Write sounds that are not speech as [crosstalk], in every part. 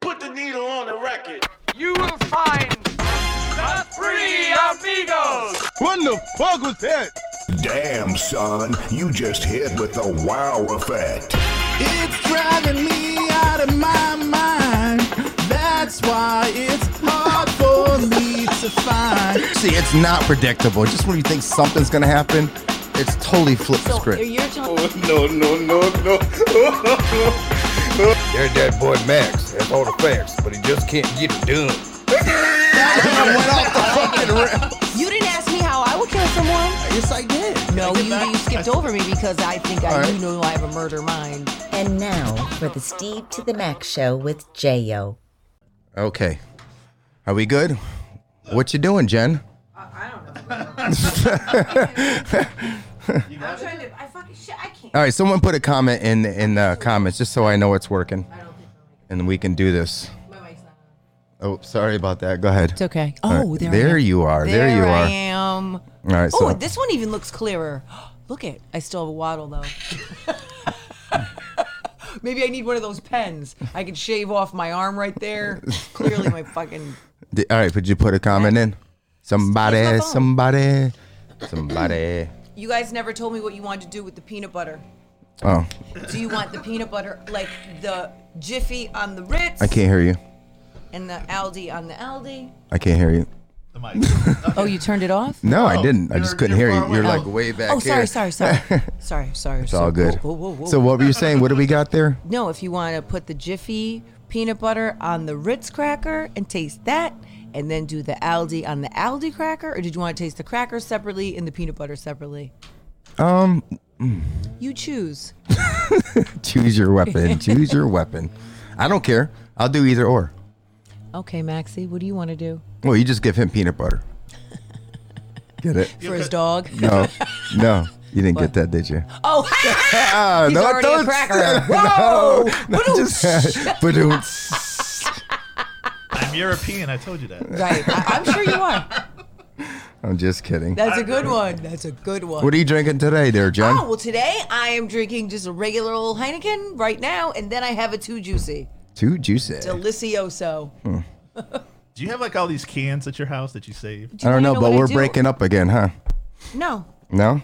put the needle on the record. You will find the three amigos. What the fuck was that? Damn, son, you just hit with the wow effect. It's driving me out of my mind. That's why it's hard for me to find. See, it's not predictable. Just when you think something's gonna happen, it's totally flipped the So script. you're telling [laughs] Oh, There's that boy Max. That's all the facts, but he just can't get it [laughs] done. I went off the fucking rail. you didn't ask me how I would kill someone. Yes, I did. No, you, you skipped over me because I think I All do know I have a murder mind. And now for the Steve to the Max show with J.O. Okay, are we good? What you doing, Jen? I don't know. I'm trying to. I fucking shit. I can't. All right, someone put a comment in in the comments just so I know it's working, and we can do this. My mic's not. on. Oh, sorry about that. Go ahead. It's okay. All Oh, right, there, there I am. you are. There, you are. I am. All All right, so oh, this one even looks clearer. [gasps] Look it. I still have a waddle though. [laughs] Maybe I need one of those pens. I could shave off my arm right [laughs] there. Clearly, my fucking. Di- all right, would you put a comment in? It's Somebody, my phone. somebody, somebody. You guys never told me what you wanted to do with the peanut butter. Oh, Do you want the peanut butter like the Jiffy on the Ritz I can't hear you. and the Aldi on the Aldi? I can't hear you. The mic. Oh, you turned it off? No, I didn't. I Oh, you're- just couldn't you're hear far you. away. You're like Oh. way back Oh, sorry, here. sorry, [laughs] sorry, sorry, sorry. It's all good. Whoa, whoa, whoa, whoa. So what were you saying? What did we got there? No, if you want to put the Jiffy peanut butter on the Ritz cracker and taste that, and then do the Aldi on the Aldi cracker, or did you want to taste the crackers separately and the peanut butter separately? Um, You choose. choose [laughs] your weapon. choose your weapon. I don't care. I'll do either or. Okay, Maxie, what do you want to do Well, you just give him peanut butter. Get it? [laughs] for his dog? No, no. You didn't get that, did you? Oh, [laughs] Ah, he's no, already don't- a cracker. [laughs] Whoa! No, just, [laughs] but I'm European. I told you that. Right, I- am sure you are. I'm just kidding. That's a good one. That's a good one. What are you drinking today, there, Oh, John? well, today I am drinking just a regular old Heineken right now, and then I have a too juicy Too juicy. delicioso. Hmm. Do you have like all these cans at your house that you save? I don't know, know but what I we're do? breaking up again, huh? No, No.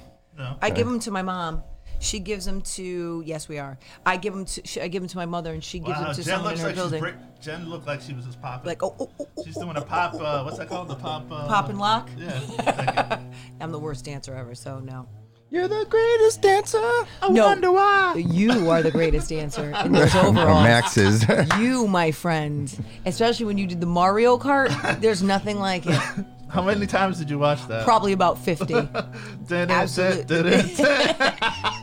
I give them to my mom. She gives them to yes, we are. I give them to she, I give them to my mother, and she gives them to Jen someone in looks her like she's building. break, Jen looked like she was just popping. like oh, oh, oh, oh, she's oh, doing a pop. Uh, what's that called? The pop. Uh, pop and lock. Yeah. Like, I'm the worst dancer ever, so no. You're the greatest dancer. I No. wonder You are the greatest dancer in [laughs] those [laughs] overalls. [laughs] Max is. You, my friend, especially when you did the Mario Kart, there's nothing like it. how many times did you watch that? Probably about [laughs] 50. Dun, dun, absolute- dun, dun, [laughs] dun.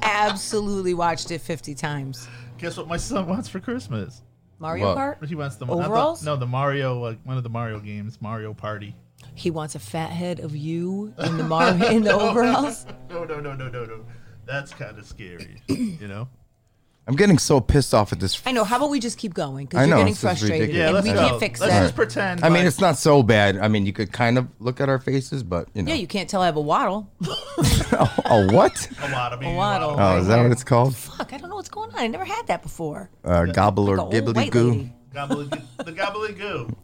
Absolutely watched it 50 times. Guess what my son wants for Christmas? Mario What? Kart? He wants the I thought- Overalls? no, the Mario, uh, one of the Mario games, Mario Party. He wants a fat head of you in the Mar- in the overalls. No, no, no, no, no, no. That's kind of scary. [coughs] you know. I'm getting so pissed off at this. [laughs] I know. How about we just keep going? I Because you're know, getting this is ridiculous. frustrated. Yeah, and let's we go. can't fix let's that. just pretend. I mean, like- it's not so bad. I mean, you could kind of look at our faces, but you know. [laughs] Yeah, you can't tell I have a waddle. oh, what? a lot. I mean, A a waddle. lot. Oh, is that what [laughs] it's called? Fuck, I don't know what's going on. I never had that before. Uh, gobble or Like a old gibbly white goo? lady. Gobbledygook- the gobbledygook.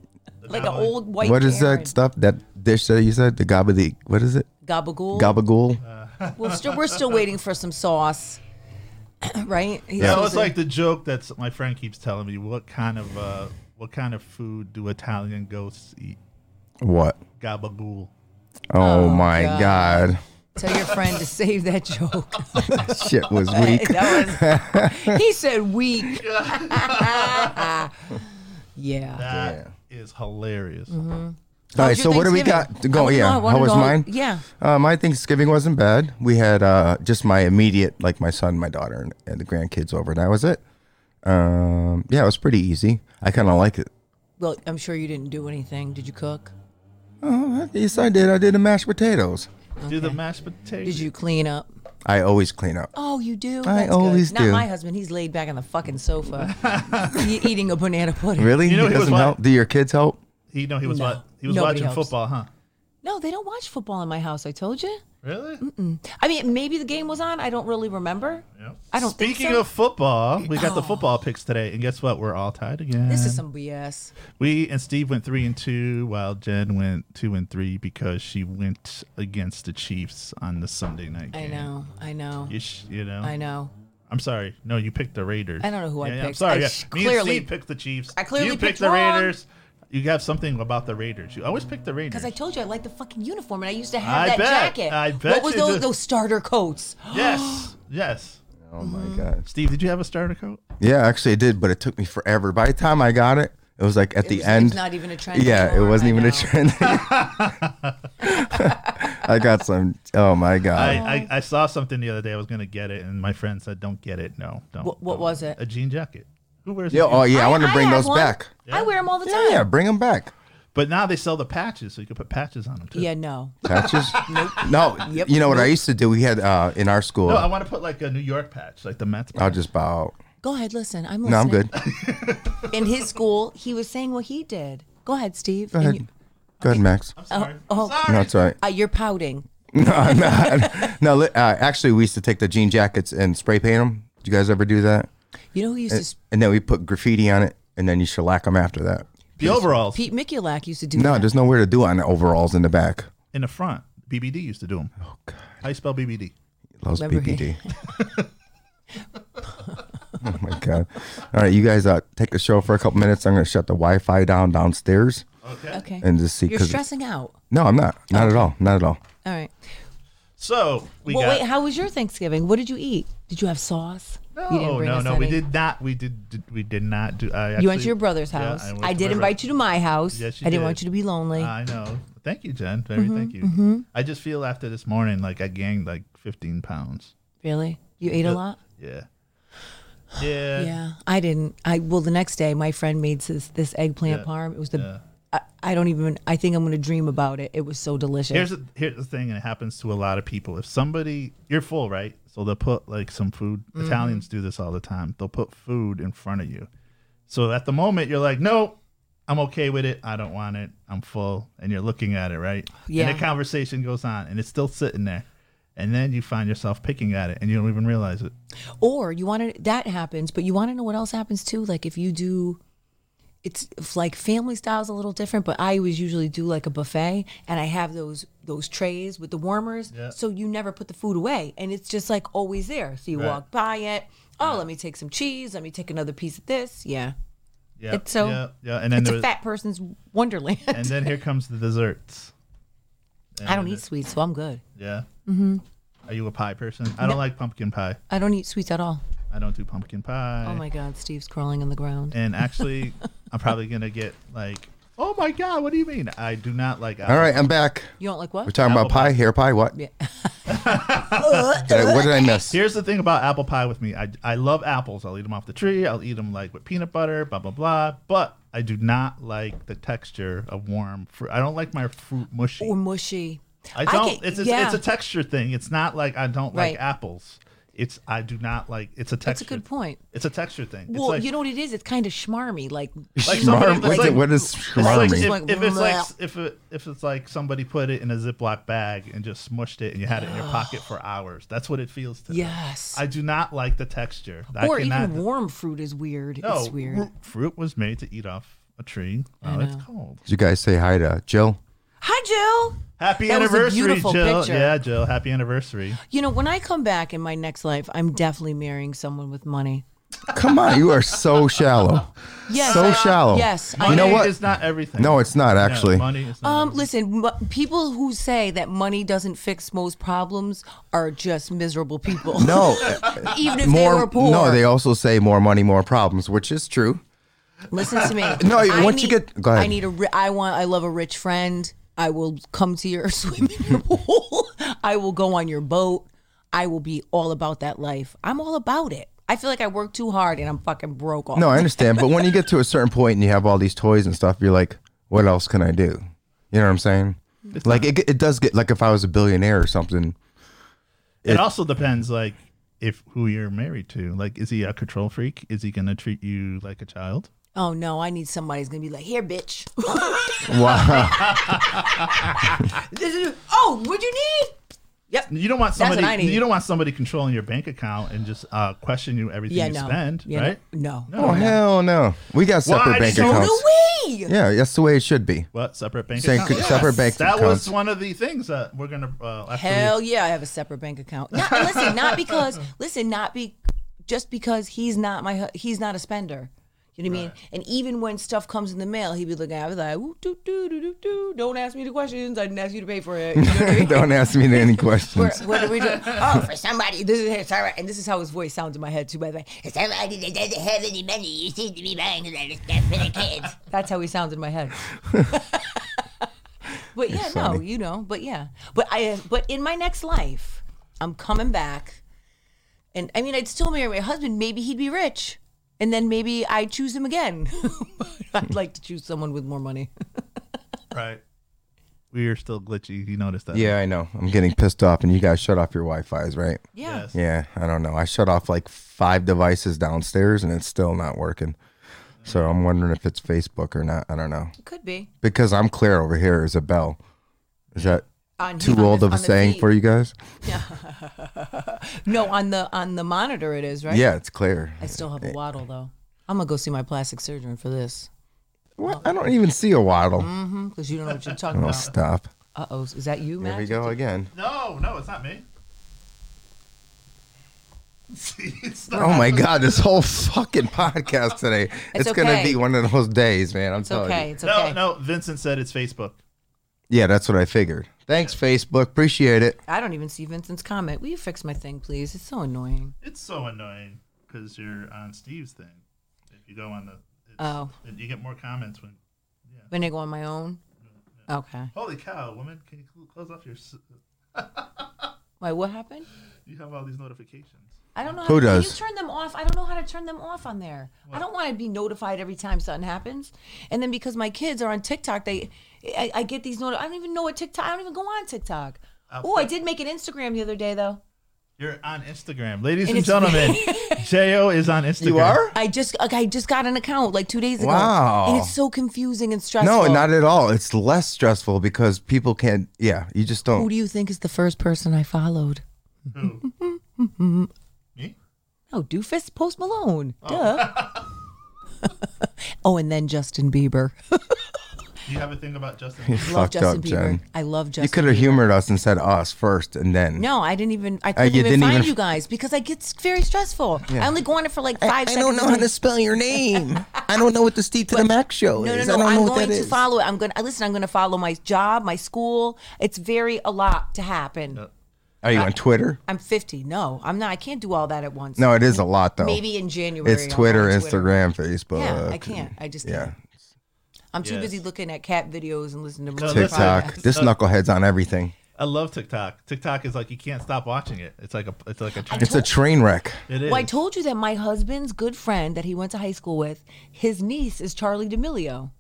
The Like an gobbledygook. old white What is Karen. that stuff? That dish that you said? The gobbly. What is it? Gabagool. Gabagool. uh, We're still, we're still waiting for some sauce, [coughs] right? He's Yeah, supposed it's to- like the joke that my friend keeps telling me. What kind of uh, what kind of food do Italian ghosts eat? What? Gabagool. Oh, my god. tell your friend to save that joke. [laughs] Shit was weak. that [laughs] was he said [laughs] weak. [laughs] yeah. That is hilarious. Mm-hmm. All right, your so what do we Thanksgiving? got to go? I Yeah, know, I wanna how was know. mine? Yeah. uh, my Thanksgiving wasn't bad. We had uh, just my immediate, like my son, my daughter, and, and the grandkids over. That was it. Um, yeah, it was pretty easy. I kind of like it. Well, I'm sure you didn't do anything. Did you cook? Oh, yes, I did. I did the mashed potatoes. Do the mashed potatoes? Did you clean up? I always clean up. Oh, you do. I That's always good. do. Not my husband. He's laid back on the fucking sofa, e- [laughs] eating a banana pudding. Really? You know it he was doesn't my- help. Do your kids help? He no, he was No. what? He was Nobody watching helps. football, huh? No, they don't watch football in my house. I told you. Really? I mean, maybe the game was on. I don't really remember. Yeah. I don't think Speaking so. Oh. of football, we got the football picks today, and guess what? We're all tied again. This is some BS. We and Steve went three and two, while Jen went two and three because she went against the Chiefs on the Sunday night I game. know. I know. You, sh- you know. I know. I'm sorry. No, you picked the Raiders. I don't know who I Yeah, yeah, I'm picked. sorry. I yeah. sh- Me and clearly- Steve picked the Chiefs. I clearly you picked, picked the wrong. Raiders. You have something about the Raiders. You always pick the Raiders. Because I told you I liked the fucking uniform, and I used to have I that bet. jacket. I bet What was you those did. those starter coats? [gasps] yes, yes. Oh my god. Steve, did you have a starter coat? Yeah, actually it did, but it took me forever. By the time I got it, it was like at the was- it's end. not even a trend Yeah, it anymore, wasn't I even know. a trend. I [laughs] [laughs] got some. Oh my god. I, I, I saw something the other day. I was gonna get it, and my friend said, "Don't get it. No, don't." What- what don't." was it? A jean jacket. Who wears? yeah, a jean- oh yeah, I, want to bring have those one. back. I wear them all the time. Yeah, yeah, bring them back. But now they sell the patches, so you can put patches on them too. Yeah, no. [laughs] Patches? No, you know what I used to do? We had uh, in our school. No, I want to put like a New York patch, like the Mets. I'll Patch. just bow. out. Go ahead, listen. I'm listening. No, I'm good. In his school, he was saying what he did. Go ahead, Steve. Go ahead. Go ahead, Max. Sorry. oh. Sorry. No, it's all right. Uh, you're pouting. No, I'm not. No, li- uh, actually, we used to take the jean jackets and spray paint them. Did you guys ever do that? You know who used to? Sp- And then we put graffiti on it, and then you shellac them after that. The oh. overalls Pete Mikulak used to do No, that. there's nowhere to do it on the overalls in the back. in the front. BBD used to do them. Oh God. How you spell BBD? Loves Remember he- BPD. oh my god! All right, you guys, uh, take the show for a couple minutes. I'm gonna shut the Wi-Fi down downstairs okay. and just see. You're 'cause- stressing out. no, I'm not. Not at all. Not at all. All right. So we well, got. wait. How was your Thanksgiving? What did you eat? Did you have sauce? no, you didn't bring Oh, no, us no. We any. did not. We did. did- We did not do. I You went actually- to your brother's Yeah, house. went I, to did my invite you to my house. Yes, you I didn't did. Uh, want you to Mm-hmm, be lonely. I know. Thank you, Jen. Very thank you. I just feel after this morning like I gained like 15 pounds. really? You ate a lot? Yeah. Yeah. Yeah, I didn't. I well, the next day, my friend made this this eggplant Yeah, parm. It was the. yeah. I, I don't even. I think I'm gonna dream about it. It was so delicious. Here's the, here's the thing, and it happens to a lot of people. If somebody, you're full, right? So they'll put like some food. Mm-hmm. Italians do this all the time. They'll put food in front of you. So at the moment, you're like, no, I'm okay with it. I don't want it. I'm full. And you're looking at it, right? Yeah. And the conversation goes on, and it's still sitting there. And then you find yourself picking at it, and you don't even realize it. or you want to that happens, but you want to know what else happens too. Like if you do, it's if, like family style's a little different. But I always usually do like a buffet, and I have those those trays with the warmers, so you never put the food away, and it's just like always there. So you Right. walk by it. Oh, let me take some cheese. Let me take another piece of this. Yeah, Yeah. It's so- yeah, yeah. And then it's there a was- fat person's wonderland. and then here comes the desserts. I don't eat sweets, so I'm good. Yeah. Mm-hmm. Are you a pie person? I don't like pumpkin pie. I don't eat sweets at all. I don't do pumpkin pie. Oh my God, Steve's crawling on the ground. And actually, I'm probably gonna get like, oh my god, what do you mean? I do not like. All right, I'm back. You don't like We're what? talking about Apple pie, hair pie. What? [laughs] Yeah. Did I- what did I miss? Here's the thing about apple pie with me. I, I love apples. I'll eat them off the tree. I'll eat them like with peanut butter, blah blah blah. But I do not like the texture of warm fruit. I don't like my fruit mushy. Or mushy. Oh, I I don't. can- it's, it's, yeah. it's a texture thing. It's not like I don't Right. like apples. It's I do not like. It's a That's texture. a good point. It's a texture thing. Well, it's like, you know what it is? It's kind of schmarmy. Like, [laughs] like Schmarm- somebody, what's like, it- what is It's schmarmy? like Like, if, if it's like bleh. if it, if it's like somebody put it in a Ziploc bag and just smushed it and you had it in your pocket for hours. That's what it feels to me. yes. I do not like the texture. or I cannot, even warm fruit is weird. No, it's weird. fru- fruit was made to eat off a tree while it's cold. Did you guys say hi to Jill? Hi, Jill. Happy That was a anniversary, beautiful Jill. picture. Yeah, Jill. Happy anniversary. You know, when I come back in my next life, I'm definitely marrying someone with money. Come on, you are so [laughs] shallow. Yes. So shallow. Yes. I Money You know am. what? is not everything. No, it's not Yeah, actually. money is not Um, listen, m- people who say that money doesn't fix most problems are just miserable [laughs] people. No, [laughs] even if more. they were poor. No, they also say more money, more problems, which is true. Listen to me. [laughs] No, I once you need- get- go ahead. I need a. Ri- I want. I love a rich friend. I will come to your [laughs] [laughs] swimming pool. I will go on your boat. I will be all about that life. I'm all about it. I feel like I work too hard and I'm fucking broke. All No, I understand. But when you get to a certain point and you have all these toys and stuff, you're like, what else can I do? You know what I'm saying? like it, it does get like if I was a billionaire or something. It, also depends, like, if who you're married to. Like, is he a control freak? Is he gonna treat you like a child? Oh no, I need somebody who's gonna be like, here, bitch. Wow. This is- oh, what you need? Yep. You don't want That's what somebody. I need. You don't want somebody controlling your bank account and just uh, question you everything Yeah, you no. spend, Yeah, right? no. No. Oh hell no, we got separate Why bank don't- accounts. No way. Yeah, that's the way it should be. What separate bank Same- account? separate bank That accounts. was one of the things that we're gonna. Uh, after we- Hell yeah, I have a separate bank account. Not, listen, not because listen, not be just because he's not my hu- he's not a spender. You know what I mean? And even when stuff comes in the mail, he'd be looking at me like, "Ooh, doo, doo, doo, doo, doo. don't ask me the questions. I didn't ask you to pay for it. You know what I mean? [laughs] don't ask me any questions. What are we doing? Oh, for somebody. This is it's all right. And this is how his voice sounds in my head too. By the way, for somebody that doesn't have any money, you seem to be buying a lot of stuff for the kids. That's how he sounds in my [laughs] head. but yeah, no, you know. But yeah, but I. But in my next life, I'm coming back, and I mean, I'd still marry my husband. Maybe he'd be rich, and then maybe I'd choose him again. [laughs] I'd like to choose someone with more money. right. We are still glitchy. You noticed that? yeah, I know. I'm getting pissed off, and you guys shut off your Wi-Fi's, right? Yeah. Yes. Yeah, I don't know. I shut off like five devices downstairs, and it's still not working. So I'm wondering if it's Facebook or not. I don't know Could be. because I'm clear over here. Isabel, is that On- too on old the- of a on the saying feed. for you guys? No, on the on the monitor it is, right? Yeah, it's clear. I still have a waddle though. I'm gonna go see my plastic surgeon for this What? I don't even see a waddle. Mm. because you don't know what you're talking Oh, about. stop. Uh oh, is that you, Here Matt? we go again. No, no, it's not me. [laughs] it's not. Oh my God, this whole fucking podcast today. It's, going okay. to be one of those days, man. I'm It's telling okay. you. It's No, okay. no. Vincent said it's Facebook. Yeah, that's what I figured. Thanks, Facebook. Appreciate it. I don't even see Vincent's comment. Will you fix my thing, please? It's so annoying. It's so annoying because you're on Steve's thing. If you go on the, it's, Oh. you get more comments when. When I go on my own. Okay. Holy cow, woman! Can you cl- close off your? s- Why? What happened? You have all these notifications. I don't know. Who how to, does? Can you turn them off? I don't know how to turn them off on there. I don't want to be notified every time something happens. And then because my kids are on TikTok, they, I, I get these notifications. I don't even know what TikTok. I don't even go on TikTok. Oh, I did make an Instagram the other day though. You're on Instagram, ladies and, And it's- gentlemen. [laughs] Jo is on Instagram. You are? I just like, I just got an account like two days ago. Wow. And it's so confusing and stressful. No, not at all. It's less stressful because people can't. Yeah, you just Who don't. do you think is the first person I followed? Who? [laughs] Me? Oh, doofus, Post Malone. Duh. [laughs] oh, and then Justin Bieber. Do you have a thing about Justin? You Bieber? love fucked Justin up, Bieber. Jen. I love Justin. you could have Bieber. humored us and said us first, and then. No, I didn't even. I couldn't Uh, you even didn't find even- you guys because I get s- very stressful. I only go on it for like five seconds. and then- spell your name. I don't know what the Steve to the Mac show No, no, no. I'm going to follow it. I'm going to listen. I'm going to follow my job, my school. It's very a lot to happen. Are you on Twitter? I'm 50. No, I'm not. I can't do all that at once. No, it is a lot though. Maybe in January. it's I'll go Twitter, on Instagram, Facebook. Yeah, I can't. I just Yeah. can't. I'm too Yes. busy looking at cat videos and listening to No, Mariah that's fine. TikTok. Carey. This knucklehead's on everything. I love TikTok. TikTok is like you can't stop watching it. It's like a it's like a train. It's a train wreck. It is. Well, I told you that my husband's good friend that he went to high school with, his niece is Charlie D'Amelio.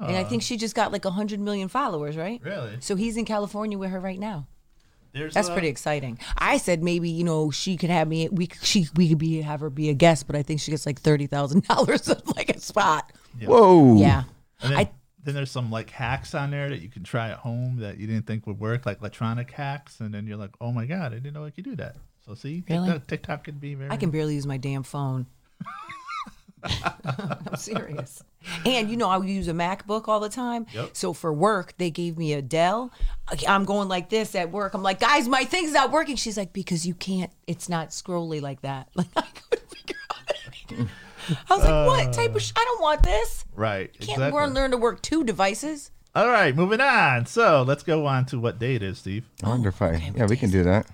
And I think she just got like 100 million followers, right? Ah. Really? So he's in California with her right now. There's uh, That's a- pretty exciting. I said maybe, you know, she could have me we she we could be have her be a guest, but I think she gets like [laughs] $30,000 on like a spot. Whoa. Yeah. And then, I- then there's some like hacks on there that you can try at home that you didn't think would work, like electronic hacks. And then you're like, oh my god, I didn't know I could do that. So see, Really? TikTok, TikTok could be very. I can barely use my damn phone. [laughs] I'm serious. And you know, I use a MacBook all the time. Yep. So for work, they gave me a Dell. I'm going like this at work. I'm like, guys, my thing's not working. She's like, because you can't. It's not scrolly like that. [laughs] Like I couldn't figure out. I was like, what type of? Sh- I don't want this. right. You can't learn learn to work two devices. All right, moving on. So let's go on to what day it is, Steve. I wonder if I. yeah, we can do that.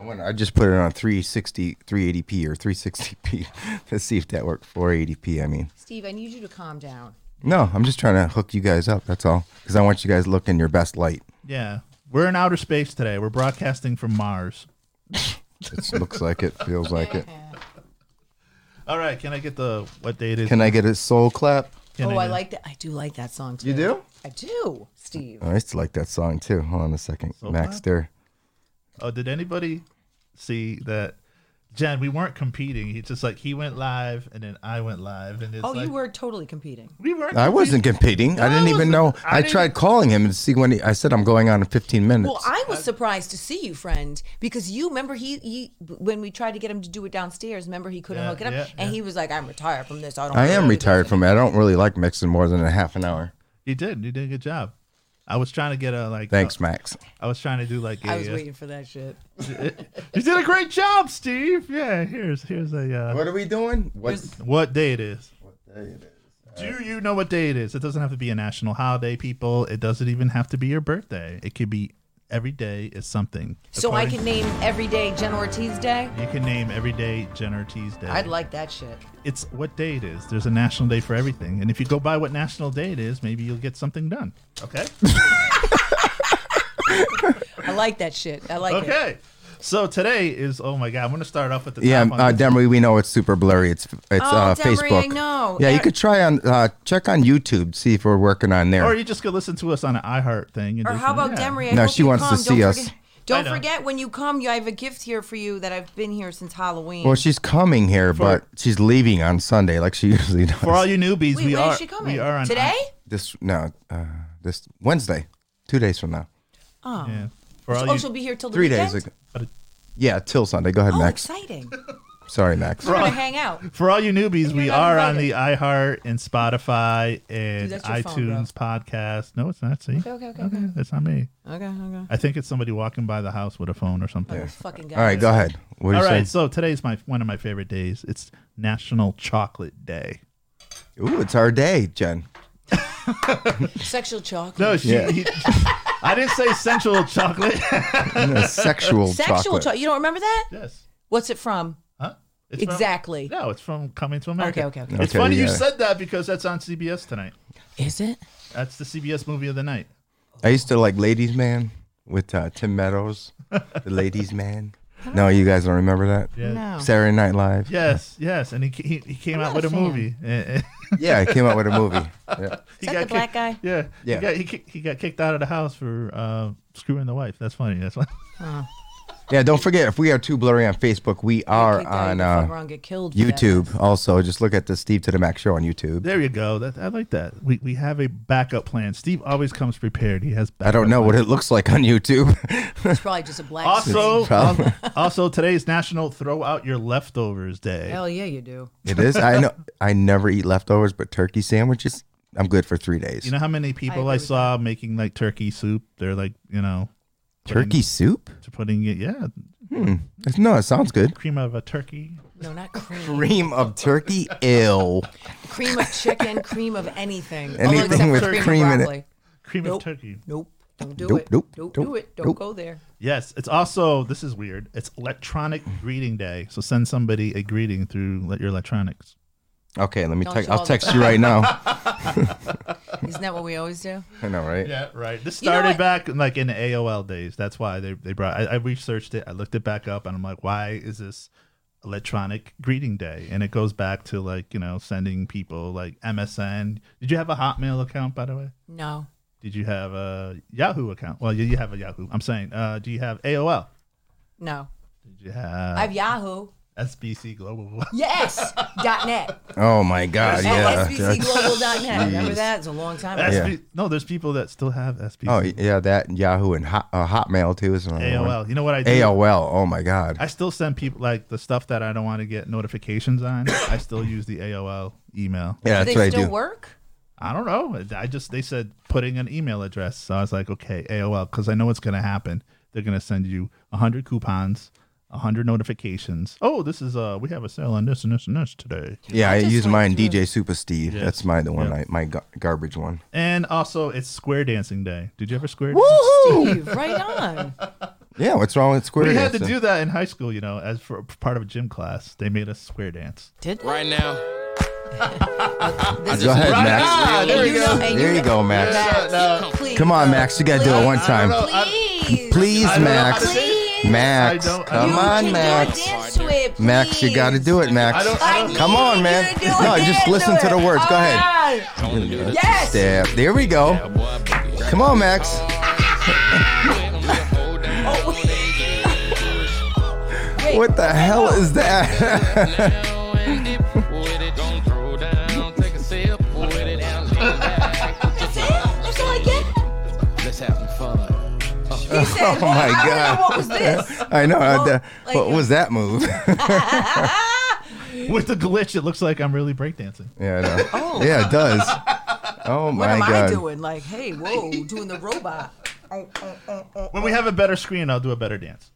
I wonder. I just put it on 360, 380p or 360p. [laughs] Let's see if that worked. 480p. I mean. Steve, I need you to calm down. No, I'm just trying to hook you guys up. That's all. Because I want you guys looking your best light. Yeah, we're in outer space today. We're broadcasting from Mars. It looks like it. Feels like it. All right, can I get the what day it is? Can I get a soul clap? Can oh, I get- like that. I do like that song too. You do? I do, Steve. Oh, I used to like that song too. Hold on a second. Soul Max clap? there. Oh, did anybody see that Jen, we weren't competing. He just like he went live and then I went live and it's Oh, like, you were totally competing. we weren't I wasn't competing. I didn't even know. I, didn't- tried calling him and see when he, I said I'm going on in 15 minutes. Well, I was surprised to see you, friend, because you remember he, he when we tried to get him to do it downstairs. Remember he couldn't Yeah, hook it up, yeah, and yeah. he was like, "I'm retired from this. I don't." I wanna am do retired this." from it. I don't really like mixing more than a half an hour. You did. You did a good job. I was trying to get a like Thanks, uh, Max. I was trying to do like a I was uh, waiting for that shit. You did a great job, Steve. Yeah, here's here's a uh, What are we doing? What? what day it is. Do you know what day it is? It doesn't have to be a national holiday, people. It doesn't even have to be your birthday. It could be every day is something. So I According- can name every day Jen Ortiz Day. You can name every day Jen Ortiz Day. I'd like that shit. it's what day it is. There's a national day for everything, and if you go by what national day it is, maybe you'll get something done. [laughs] Okay. I like that shit. I like it. okay. So today is oh my god. I'm gonna start off with the Yeah, top on uh, this. Demery, we know it's super blurry. It's it's Oh, uh, Demery, I Facebook. know. Yeah, you Er- could try on uh, check on YouTube see if we're working on there. Or you just go listen to us on an iHeart thing. And Or just- how about yeah. Demery? I No, hope she you wants to come. see don't us. Forget, I don't know. forget when you come, you I have a gift here for you that I've been here since Halloween. well, she's coming here, but she's leaving on Sunday, like she [laughs] usually does. For all you newbies, Wait, we when are is she coming? we are on today. this no, uh, this Wednesday, two days from now, Oh, Yeah. For all oh, you she'll be here till the three weekend? days ago. Yeah, till Sunday. Go ahead, Oh, Max. exciting! We're Sorry, Max. gonna hang [laughs] out. for all you newbies, we not are on the invited. iHeart and Spotify and Dude, that's your phone, iTunes podcast. No, it's not. See, okay, okay, okay, okay. that's not me. Okay, okay. I think it's somebody walking by the house with a phone or something. Fucking guy. All right, go ahead. What do All you right, say? so today's my one of my favorite days. It's National Chocolate Day. Ooh, it's our day, Jen. Sexual chocolate. No, she, Yeah. he- I didn't say sensual [laughs] chocolate. A [laughs] sexual, Sexual chocolate. chocolate. You don't remember that? yes. What's it from? Huh? It's from- Exactly. no, it's from Coming to America. Okay, okay, okay. It's Okay, funny you yeah. said that because that's on CBS tonight. Is it? That's the CBS movie of the night. I used to like Ladies Man with uh, Tim Meadows, the Ladies [laughs] Man. No, you guys don't remember that? Yeah. Saturday Night Live. Yes, yes, and he ca- he, he came not out with a a fan. movie. [laughs] Eh, eh. Yeah, it came out with a [laughs] movie. Yeah. he that the kicked- black guy? Yeah, Yeah. He got, he, ki- he got kicked out of the house for uh, screwing the wife. That's funny. That's funny. [laughs] Yeah, don't forget if we are too blurry on Facebook, we are on uh, get killed for that. YouTube also. Just look at the Steve to the Max show on YouTube. There you go. That I like that. We we have a backup plan. Steve always comes prepared. He [laughs] has. Backup I don't know what plans. it looks like on YouTube. [laughs] It's probably just a black. Also, Probably. al- also today's National Throw Out Your Leftovers Day. Oh, Hell yeah, you do. it is. I know I never eat leftovers, but turkey sandwiches, I'm good for three days. You know how many people I, saw making like turkey soup? They're like, you know, putting- turkey soup? to putting it, yeah, No, it sounds good. cream out of a turkey. No, not cream. Cream of turkey, ill. cream of chicken, cream of anything. Anything All except with for cream, cream of in it. broccoli. Cream Nope. of turkey. Nope. Don't do Nope, it. nope, Don't nope, do it. Don't nope. go there. Yes, it's also this is weird. It's electronic greeting day. So send somebody a greeting through let your electronics. Okay, let me. Don't Te- you I'll all- text you [laughs] right now. Isn't that what we always do? I know, right? Yeah, right. This You know started what? back in, like in the AOL days. That's why they they brought. I, I researched it. I looked it back up, and I'm like, why is this electronic greeting day? And it goes back to like you know sending people like MSN. Did you have a Hotmail account by the way? No. Did you have a Yahoo account? Well, you, you have a Yahoo. I'm saying, uh, do you have AOL? No. Did you have I have Yahoo. SBC Global? [laughs] Yes. dot net. Oh my God! Yeah. At SBCglobal.net. Remember that? It's a long time ago. SB No, there's people that still have SBC. Oh yeah, that and Yahoo and Hot, uh, Hotmail too is another one. AOL. You know what I do? AOL. Oh my God. I still send people like the stuff that I don't want to get notifications on. I still use the AOL email. yeah, Do that's what they I still do. work? I don't know. I just they said putting an email address, so I was like, okay, AOL, because I know what's gonna happen. They're gonna send you hundred coupons, hundred notifications. Oh, this is uh, we have a sale on this and this and this today. Yeah, I, just use went mine. through- DJ Super Steve. That's my the one. I, my gar- garbage one. And also, it's square dancing day. Did you ever square? Woohoo! [laughs] right on. Yeah, what's wrong with Square? We had to dancing? do that in high school, you know, as for part of a gym class. They made us square dance. Did Right now. Go ahead, Max. Ah, there we go. There you go, Max. Please. Come on, Max. You gotta do it one time. Please. Please, I don't know how to Max. do it. Max. I don't- I Come don't- on, Max. Dance to it, please. Max, you gotta do it, Max. I don't- I don't- Come on, man. No, just listen to the words. Go ahead. ahead. Oh, Yes. Step. There we go. Come on, Max. Oh, Wait, What the hell is that? [laughs] That's all I get. He said, [laughs] Oh I my don't know god! what was [laughs] [laughs] this? I know. I- Well, the- like- what was that move? [laughs] With the glitch, it looks like I'm really breakdancing. yeah, I know. Yeah, it does. Oh What my am god! I doing? Like, hey, whoa, doing the robot. When we have a better screen, I'll do a better dance.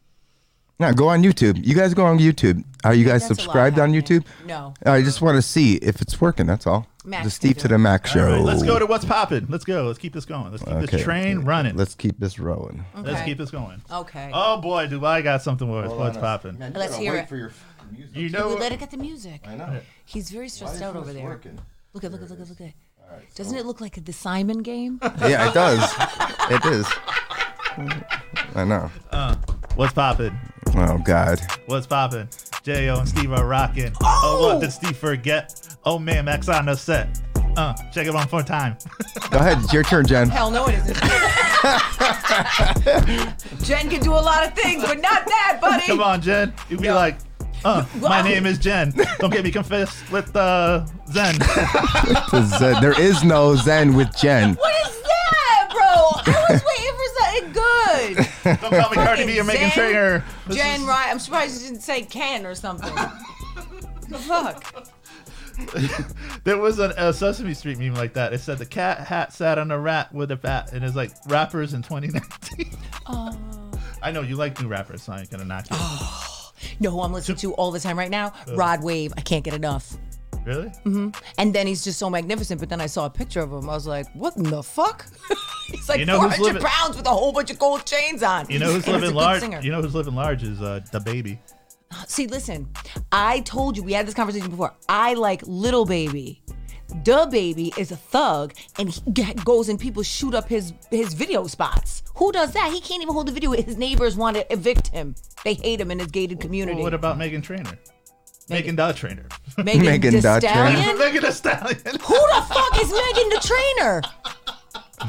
No, go on YouTube. You guys go on YouTube. Are you guys That's a lot subscribed on happening. YouTube? No. I just want to see if it's working. That's all. Max can the Steve do to it. the Mac show. All right, let's go to what's popping. Let's go. Let's keep this going. Let's keep this Okay. train running. Let's, Let's keep this rolling. Okay. keep this going. Okay. Oh boy, do I got something with what's popping. Let's hear it. your music. You Well, know, let it get the music. I know. He's very stressed out over there. Look at, look at, look at, look at. Doesn't it look like the Simon game? Yeah, it does. it is. I know. what's popping? Oh God. What's poppin'? J.O. and Steve are rocking. Oh! what did Steve forget? Oh man, Max on the set. Uh, check it on for time. [laughs] Go ahead. It's your turn, [laughs] Jen. Hell no, it [laughs] isn't. Jen can do a lot of things, but not that, buddy. Come on, Jen. You'd be like, uh, my name is Jen. Don't get me confused with uh, Zen. This is, uh, there is no Zen with Jen. What is that, bro? I was waiting for something good. Don't call me Cardi B or Megan Zen? Trainor. [laughs] This Jen is- Ryan. I'm surprised you didn't say Ken or [laughs] something. The fuck? There was an, a Sesame Street meme like that. It said the cat hat sat on a rat with a bat, and it's like rappers in 2019. Oh. [laughs] I know you like new rappers, so I ain't gonna knock you. Ah. No, I'm listening to all the time right now. Uh. Rod Wave. I can't get enough. Really? Mm-hmm. And then he's just so magnificent. But then I saw a picture of him. I was like, what in the fuck? [laughs] he's like You know who's 400 living- pounds with a whole bunch of gold chains on. You know And who's he's a living good large? singer. You know who's living large is uh, the baby. See, listen, I told you we had this conversation before. I like little baby. Da baby is a thug, and he g- goes and people shoot up his his video spots. Who does that? He can't even hold the video. His neighbors want to evict him. They hate him in his gated community. Well, what about Megan Trainor? Megan the Trainor. [laughs] Megan, Megan Thee Dodge Stallion? Trainor. Megan Thee Stallion. Who the fuck is Megan the Trainer?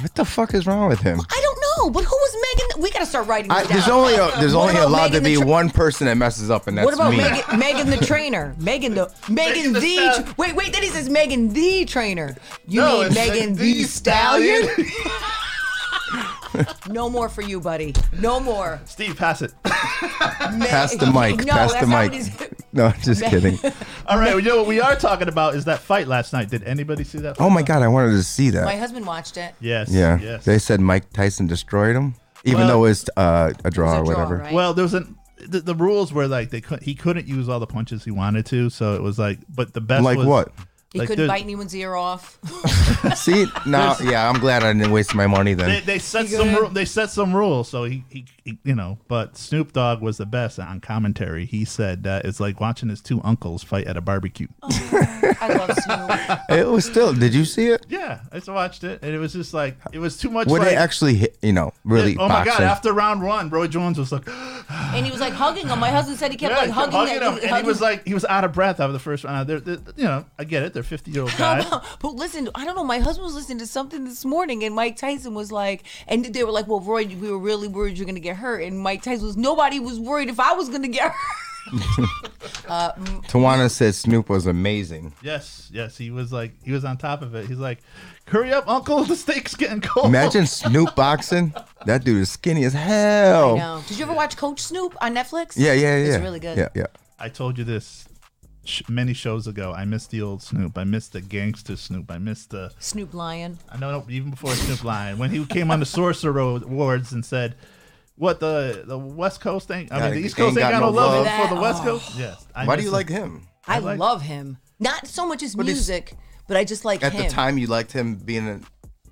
What the fuck is wrong with him? I don't know, but who is Megan? We gotta start writing. This I, there's down. only a, there's What only about allowed to Megan the be Tra- one person that messes up, and that's What about me. Megan, Megan the trainer? Megan the Megan Megan the, the Stallion. wait wait that he says Megan the trainer. You No, mean it's Megan Megan the the stallion? no more for you, buddy. No more. [laughs] Steve, pass it. [laughs] [laughs] Pass the mic. No, Pass that's the not what mic. he's- No, just kidding. All right. You know what we are talking about is that fight last night. Did anybody see that? Oh my god, I wanted to see that. My husband watched it. Yes. Yeah. Yes. They said Mike Tyson destroyed him, even Well- though it's uh, a draw It or was a draw, whatever. right? Well, there was an. The, the rules were like they could he couldn't use all the punches he wanted to, so it was like. But the best Like was- what? he like couldn't there- bite anyone's ear off. [laughs] [laughs] See, now, yeah, I'm glad I didn't waste my money They, then. they set some ru- they set some rules, so he, he he you know. But Snoop Dogg was the best on commentary. He said that it's like watching his two uncles fight at a barbecue. Oh. I love Snoop. It was still. Did you see it? Yeah, I just watched it, and it was just like it was too much. Would like, they actually, hit, you know, really oh my boxing? god! After round one, Roy Jones was like, yeah, And he was like hugging him. My husband said he kept like he kept hugging, hugging that- him, and he hugging- was like, he was out of breath after the first round. They're, they're- you know, I get it. They're fifty [laughs] year old guys. But listen, I don't know. My husband was listening to something this morning, and Mike Tyson was like, and they were like, "Well, Roy, we were really worried you're gonna get hurt." And Mike Tyson was, "Nobody was worried if I was gonna get [laughs] hurt." Tawana said Snoop was amazing. Yes, yes, he was like, he was on top of it. He's like, hurry up, Uncle, [laughs] the steak's getting cold. Imagine Snoop boxing. That dude is skinny as hell. No. Did you ever watch Coach Snoop on Netflix? Yeah, yeah, yeah. It's really good. Yeah, yeah. I told you this sh- many shows ago. I miss the old Snoop. I miss the gangster Snoop. I miss the Snoop Lion. I know no, even before Snoop Lion, when he came on the Sorcerer Awards and said, "What the the West Coast thing? I Yeah, mean, the ain't East Coast ain't got got, no no love, love. for the West That- Coast." Yes. I Why miss do you him. like him? I, like- love him. Not so much his But he's- music, but I just like At him. the time, you liked him being a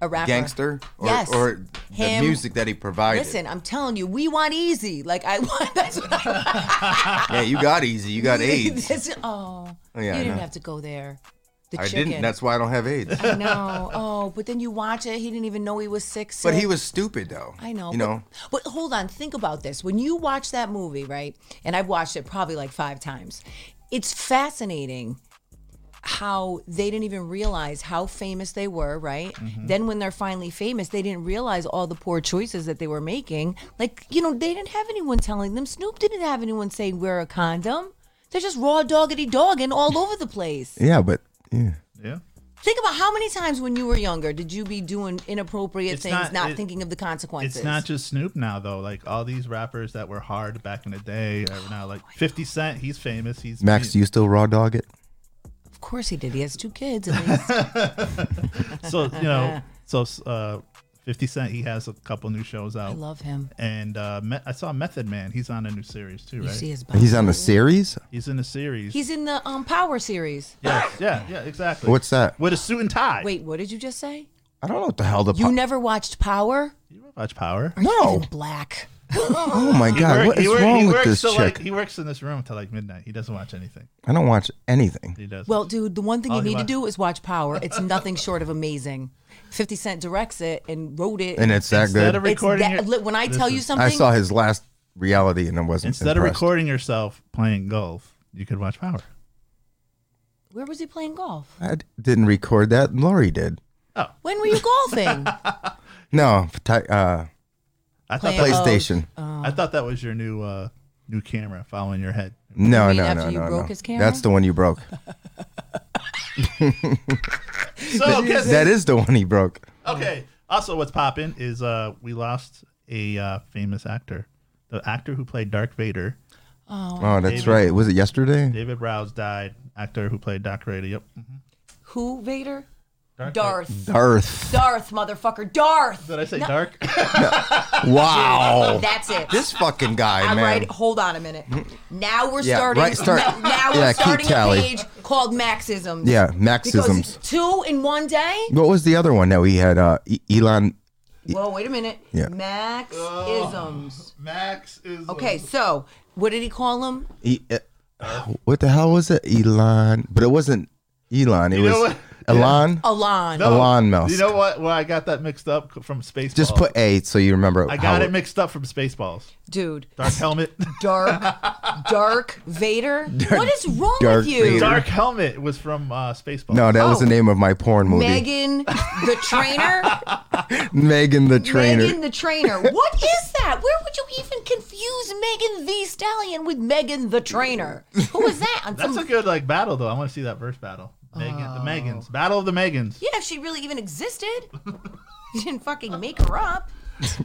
a rapper. gangster, or, Yes. or the Him. music that he provided. Listen, I'm telling you, we want easy. Like I [laughs] want. That's what I yeah, you got easy. You [laughs] got AIDS. This- oh, yeah, I you didn't know. have to go there. The I chicken. didn't. That's why I don't have AIDS. I know. Oh, but then you watch it. He didn't even know he was sick. But he sick. was stupid though. I know. You but, know. But hold on. Think about this. When you watch that movie, right? And I've watched it probably like five times. It's fascinating how they didn't even realize how famous they were, right? Mm-hmm. Then when they're finally famous, they didn't realize all the poor choices that they were making. Like, you know, they didn't have anyone telling them. Snoop didn't have anyone saying wear a condom. They're just raw doggity dogging all over the place. Yeah, but yeah. Yeah. Think about how many times when you were younger did you be doing inappropriate It's things, not- not, it- thinking of the consequences? It's not just Snoop now though. Like all these rappers that were hard back in the day are now like 50 Cent. He's famous. He's Max, do you still raw dog it? Of course he did. He has two kids. at [laughs] least. so [laughs] you know so uh, 50 Cent. He has a couple new shows out. I love him. and uh, Me- I saw Method Man. He's on a new series too, You right? see his body. He's on a series. He's in a series. He's in the um, Power series. yes, yeah, yeah, exactly. What's that? with a suit and tie? Wait, what did you just say? I don't know what the hell the. You po- never watched Power? you watch Power. no. Fucking Black. Oh my god, Work- what is work- wrong with works this till, chick? Like, he works in this room till like midnight. He doesn't watch anything. I don't watch anything. He does. Well, dude, the one thing Oh, you he need to watched- do is watch Power. It's nothing short of amazing. 50 Cent directs it and wrote it. And it's that instead good. of It's recording, that- your- look, when I this tell is- you something, I saw his last reality and I wasn't instead of impressed. recording yourself playing golf, you could watch Power. where was he playing golf? I d- didn't record that. Lori did. When were you [laughs] golfing? No, ti- uh, I thought that, Play- PlayStation. I thought that was your new uh, new camera following [laughs] your head. no, mean no, after no, you no, broke no. his camera? That's the one you broke. So guess- that is the one he broke. Okay. Also, what's popping is uh, we lost a uh, famous actor, the actor who played Dark Vader. Oh, that's right. Was it yesterday? David Rouse died. Actor who played Dark Vader. Yep. Who, Vader? Darth. [laughs] Darth. Darth, motherfucker. Darth. Did I say dark? Wow. That's it. this fucking guy, I'm man. Mm. right. Hold on a minute. Now we're Yeah, starting. right, start- now- [laughs] now we're yeah, keep starting a tally. page called Maxisms. Yeah, Because Maxisms. two in one day. What was the other one that we had? Uh, E- Elon. Whoa, wait a minute. Yeah. Maxisms. Max is Okay, so what did he call them? E- uh, what the hell was it? Elon. But it wasn't Elon. It You know was what? [laughs] Elon. Alon. No, Elon Musk. You know what? Where I got that mixed up from Spaceballs. Just put A so you remember. I how got it mixed up from Spaceballs. Dude, [laughs] Dark helmet. [laughs] dark, dark Vader. What is wrong Dark with you? Vader. dark helmet was from uh, Spaceballs. No, that was the Oh. name of my porn movie. Megan, Megan the trainer. [laughs] the Trainer. Megan the trainer. What is that? Where would you even confuse Megan the stallion with Megan the trainer? Who is that? On [laughs] That's some a good like battle though. I want to see that verse battle. Megan, the Megans. Battle of the Megans. Yeah, if she really even existed. You didn't fucking make her up.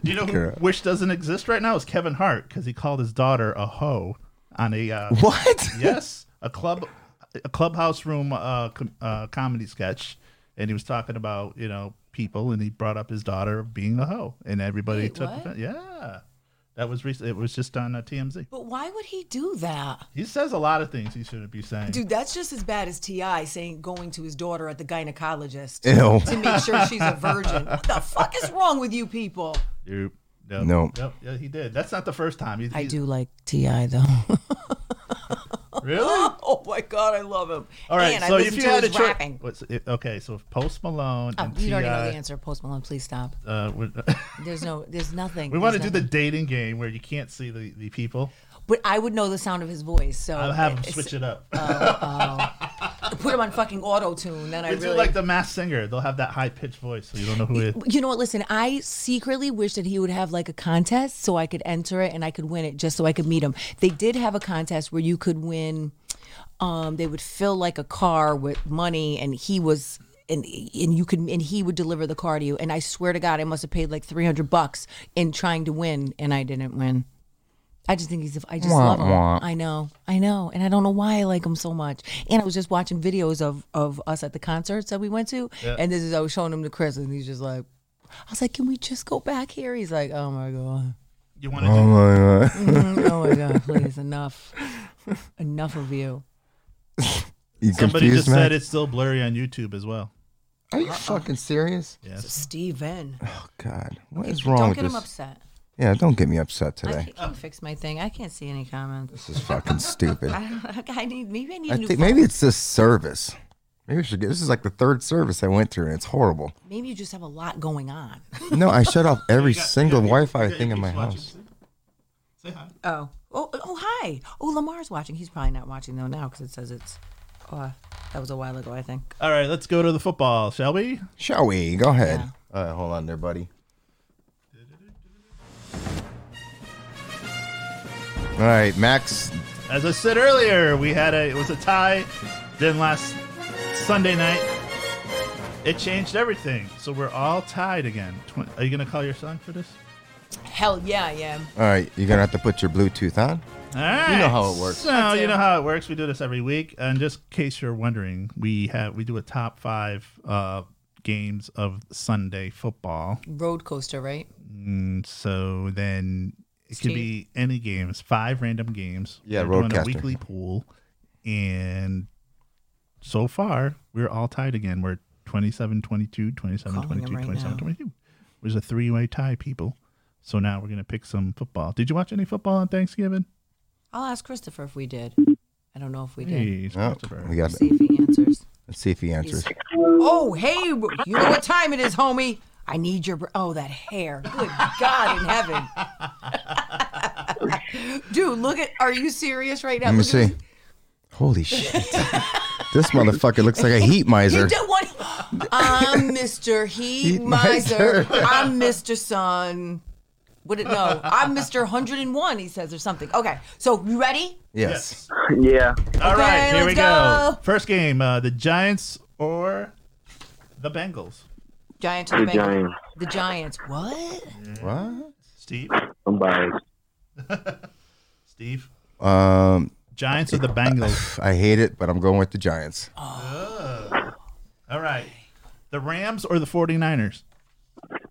You know who Correct. wish doesn't exist right now is Kevin Hart because he called his daughter a hoe on a uh, [laughs] What? yes a club a clubhouse room uh, com- uh, comedy sketch, and he was talking about you know people and he brought up his daughter being a hoe and everybody Wait, took what? offense. yeah that was recent it was just on uh, TMZ. But why would he do that? He says a lot of things he shouldn't be saying. Dude, that's just as bad as T.I. saying going to his daughter at the gynecologist [laughs] Ew. to make sure she's a virgin. What the fuck is wrong with you people? Nope. Nope. No. Nope. Yeah, he did. That's not the first time. He, I he- do like T.I. though. [gasps] Really? [laughs] oh my God, I love him. All right. and so I if listen you to had a his choice, rapping. what's it- okay, so if Post Malone Oh, and you already know the T.I. answer, Post Malone. Please stop. Uh, we [laughs] There's no, there's nothing. we want to there's do the nothing. dating game where you can't see the, the people. But I would know the sound of his voice, so I'll have them it's- uh, switch it up. [laughs] Put him on fucking auto tune, then I they really do like the mass singer. They'll have that high pitched voice, so you don't know who it is. You know what? Listen, I secretly wish that he would have like a contest so I could enter it and I could win it just so I could meet him. They did have a contest where you could win. Um, they would fill like a car with money, and he was. And, and you could and he would deliver the car to you and I swear to God I must have paid like three hundred bucks in trying to win and I didn't win. I just think he's I just Wah, love him. wah. I know, I know, and I don't know why I like him so much. And I was just watching videos of of us at the concerts that we went to, and this is I was showing him to Chris, and he's just like, I was like, can we just go back here? He's like, oh my god, [laughs] You want to Oh do? my god. [laughs] oh my god, please enough, enough of you. You Somebody confused just said me? it's still blurry on YouTube as well. Are you fucking serious? Steven, Oh god. What is don't wrong get with him this? upset. Yeah, don't get me upset I today. can't, can you fix my thing. I can't see any comments. [laughs] This is fucking stupid. I, don't, I need maybe I need a I new. think phone. maybe it's this service. Maybe I should get this is like the third service I went through and it's [laughs] horrible. maybe you just have a lot going on. No, I shut off every single Yeah, Wi-Fi yeah, thing in keeps my watching. house. Say hi. Oh, oh, oh, hi. Oh, Lamar's watching. He's probably not watching though now because it says it's Oh, that was a while ago, I think. All right, let's go to the football, shall we? Shall we? Go ahead. Uh, hold on there, buddy. All right, Max. As I said earlier, we had a it was a tie. Then last Sunday night, it changed everything. So we're all tied again. Tw- Are you gonna call your son for this? Hell yeah, yeah. All right, you're gonna have to put your Bluetooth on. Oh, All right. know how it works. So you know how it works. We do this every week, and just in case you're wondering, we have we do a top five uh, games of Sunday football. Road coaster, right? And so then it could be any games, five random games. Yeah, We're doing a Roadcaster. weekly pool, and so far we're all tied again. We're 27 22, 27 Calling 'em 22, right 27 now. 22. It was a three way tie, people. So now we're going to pick some football. Did you watch any football on Thanksgiving? I'll ask Christopher if we did. I don't know if we did. Hey, Oh, Christopher. we got. See if he answers. Let's see if he answers. Oh, hey, you know what time it is, homie? I need your. Br- oh, that hair. Good God in heaven. [laughs] Dude, look at. Are you serious right now? Let me Look at see. Holy shit! this motherfucker looks like a You heat miser. don't [laughs] want. I'm Mr. Heat Heat Miser. miser. I'm Mr. Sun. What it no? I'm Mr. 101. He says or something. Okay, so you ready? Yes. [laughs] Yeah. All Okay, right, here let's we go. go. First game, uh, the Giants or the Bengals. Giants. or the The Bengals? Giants. The Giants. What? What? Steve, I'm biased. Steve, Um, Giants or the Bengals. I hate it, but I'm going with the Giants. All right, the Rams or the 49ers.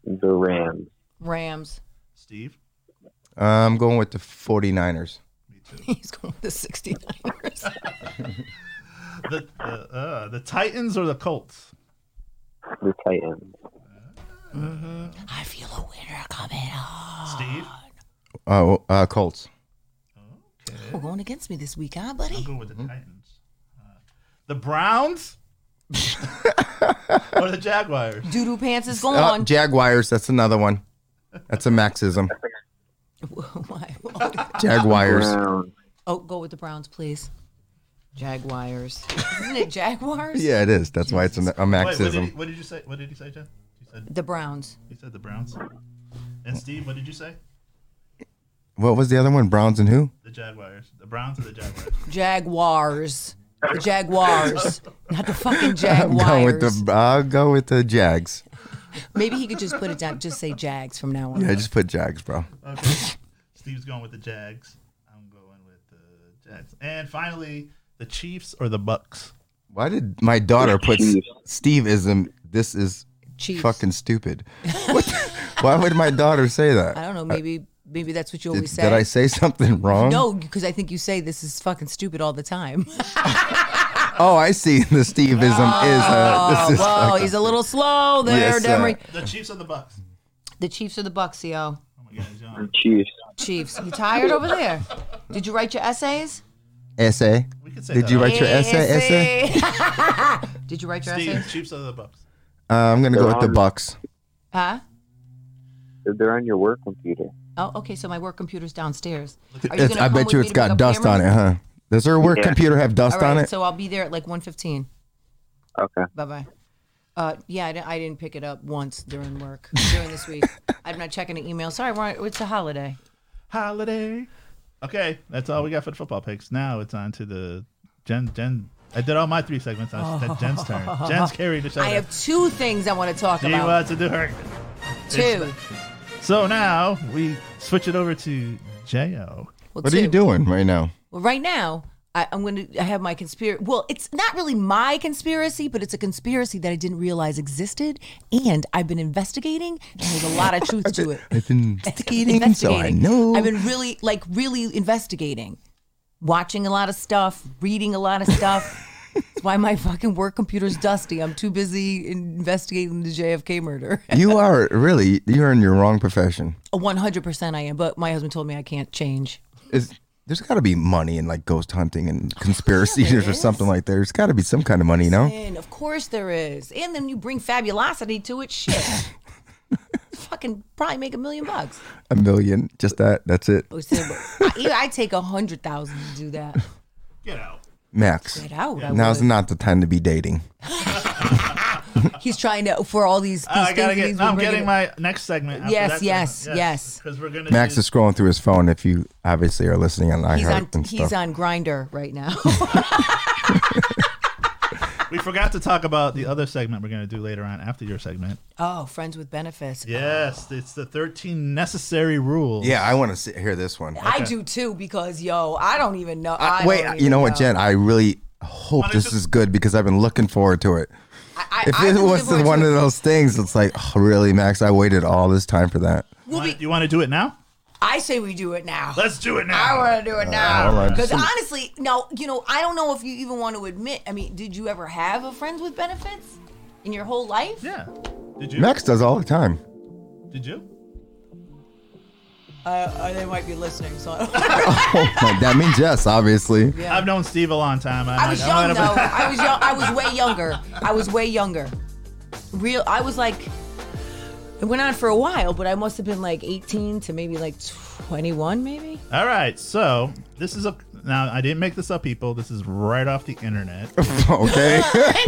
The Rams. Rams. [laughs] Steve, I'm going with the 49ers. He's going with the 69ers. the uh, uh, the Titans or the Colts. The Titans. I feel a winner coming on. Steve, Oh, uh, Colts. We're going against me this week, huh, buddy? go with the Titans. Uh, the Browns or the Jaguars. Doodoo pants is Uh, gone. [laughs] Jaguars. That's another one. That's a maxism. Whoa, my- oh, Jaguars. Brown. oh, go with the Browns, please. Jaguars. Isn't it Jaguars? Yeah, it is. That's why it's a, a Wait, what did, he, maxism. what did you say? What did he say, Jen? You said The Browns. he said the Browns. And Steve, what did you say? What was the other one? Browns and who? The Jaguars. The Browns or the Jaguars. Jaguars. The Jaguars. Not the fucking [laughs] I'm Jaguars. [laughs] going with the. I'll go with the Jags. Maybe he could just put it down, just say Jags from now on. Yeah, just put Jags, bro. Okay. Steve's going with the Jags. I'm going with the Jags. And finally, the Chiefs or the Bucks. Why did my daughter put S- Steve-ism? This is Chiefs. [laughs] fucking stupid. What the- why would my daughter say that? I don't know. Maybe maybe that's what you Did, always say. did I say something wrong? no, because I think you say this is fucking stupid all the [laughs] time. Oh, I see. The Steve-ism is. Uh, Oh, [laughs] this is whoa, he's a little slow there, Yes, uh, Demery. The Chiefs or the Bucks. The Chiefs or the Bucks, yo? Oh my God, he's on. Chiefs. Chiefs. You tired over there? Did you write your essays? essay. We could say Did that. you write your essay? Essay. Did you write your Steve, essays? Chiefs or the Bucks. Uh, I'm gonna go with the Bucks. Huh? They're on your work computer. Oh, okay. So my work computer's downstairs. Are gonna It's, I come bet with you me it's to pick got up dust on it, cameras? huh? Does her work Yeah. computer have dust All right, on it? so I'll be there at like 1.15. Okay. Bye bye. Uh, yeah, I, di- I didn't pick it up once during [laughs] work during this week. I'm not checking an email. Sorry, we're, it's a holiday. Holiday. Okay, that's all we got for the football picks. Now it's on to the Jen. Jen. I did all my three segments on Jen- Jen's [laughs] turn. Jen's carried the show. I have two things I want to talk she about. wants to do her. two. So now we switch it over to Jo. Well, what are you two. doing right now? Well, right now, I, I'm going to I have my conspiracy. Well, it's not really my conspiracy, but it's a conspiracy that I didn't realize existed, and I've been investigating, and there's a lot of [laughs] truth to it. I've been investigating, [laughs] so I know. I've been really, like, really investigating, watching a lot of stuff, reading a lot of stuff. That's why my fucking work computer's dusty. I'm too busy investigating the JFK murder. [laughs] you are really you're in your wrong profession. 100% I am, but my husband told me I can't change. Is there's got to be money in like ghost hunting and conspiracies or something like that. There's got to be some kind of money, you know? And of course there is. And then you bring fabulosity to it. [laughs] Shit. Fucking probably make a million bucks. A million, just that. That's it. I, I take a hundred thousand to do that. Get out. Max. Get out. I Now's would. not the time to be dating. He's trying to for all these. these Oh, I gotta things get. that he's I'm been getting bringing- my next segment. after Yes, that yes, segment. yes. Because we're gonna. Max do- is scrolling through his phone. If you obviously are listening on He's iHeart on. and stuff. He's on Grinder right [laughs] now. we forgot to talk about the other segment we're gonna do later on after your segment. oh, friends with benefits. Yes, it's the 13 necessary rules. yeah, I want to hear this one. I do too because yo, I don't even know. I Wait, don't even you know what, Jen? I really hope this is good because I've been looking forward to it. I, If I, it I was live one to- of those things, it's like, oh, really, Max? I waited all this time for that. we'll Wanna- be- you want to do it now? I say we do it now. Let's do it I now. want to do it now right. because honestly, no, you know, I don't know if you even want to admit. I mean, did you ever have a friends with benefits in your whole life? yeah. Did you? Max does all the time. Did you? Uh, uh, they might be listening, so I [laughs] don't. [laughs] Oh, my, that means yes, obviously. I've known Steve a long time. I was I young might though. have- I was young. I [laughs] was way younger. I was way younger. Real. I was like. It went on for a while, but I must have been like 18 to maybe like 21, maybe. [laughs] [laughs] All right, so this is a now I didn't make this up, people. This is right off the internet [laughs] okay.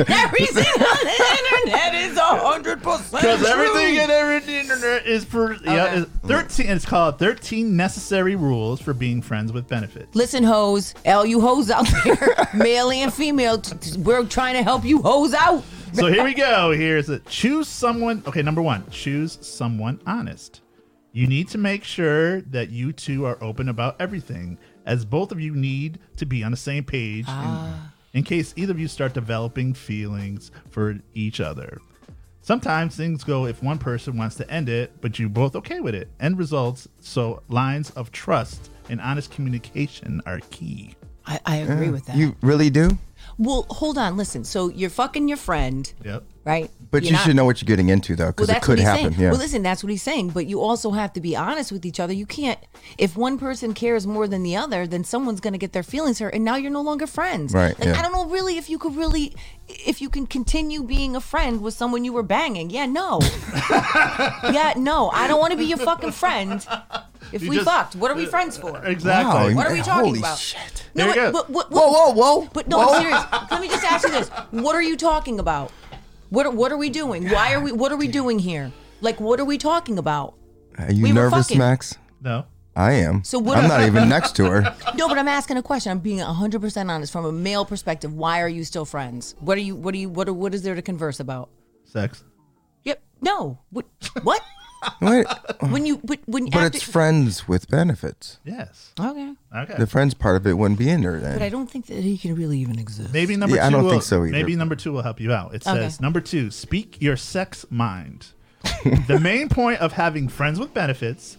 Everything on the internet is hundred percent because everything in every the internet is for yeah. Okay. is Thirteen. It's called thirteen necessary rules for being friends with benefits. Listen, hoes, all you hoes out there, [laughs] male and female, t- t- we're trying to help you hoes out. so here we go. Here's it. Choose someone. Okay, number one, choose someone honest. You need to make sure that you two are open about everything, as both of you need to be on the same page in, in case either of you start developing feelings for each other. Sometimes things go if one person wants to end it, but you both okay with it. End results, so lines of trust and honest communication are key. I, I agree with that. you really do? well, hold on, listen. So you're fucking your friend, Yep. right? But You're you not- should know what you're getting into, though, Well, because it that's could what he's happen. saying. Yeah. Well, listen, that's what he's saying. But you also have to be honest with each other. You can't, if one person cares more than the other, then someone's going to get their feelings hurt, and now you're no longer friends. Right, Like yeah. I don't know, really, if you could really, if you can continue being a friend with someone you were banging. Yeah, [laughs] no. yeah, no. I don't want to be your fucking [laughs] friend. If we just- Uh, fucked, what are we friends for? Exactly. What are we talking holy about? shit. No, There but, you go. but, what- Whoa, whoa, whoa. But no, I'm serious. Let me just ask you this: What are you talking about? What are, What are we doing? Why are we? What are we doing here? Like, what are we talking about? Are you We were nervous, fucking. Max? No. I am. So what- I'm not even next to her. [laughs] No, but I'm asking a question. I'm being 100 percent honest from a male perspective. Why are you still friends? What are you? What are you? What are, What is there to converse about? Sex. Yep. No. What? What? Wait, when you? But when? but after, it's friends with benefits. Yes. okay. Okay. The friends part of it wouldn't be in there then. But I don't think that he can really even exist. Maybe number Yeah, two. I don't will, think so either. Maybe number two will help you out. It Okay. says number two: speak your sex mind. [laughs] the main point of having friends with benefits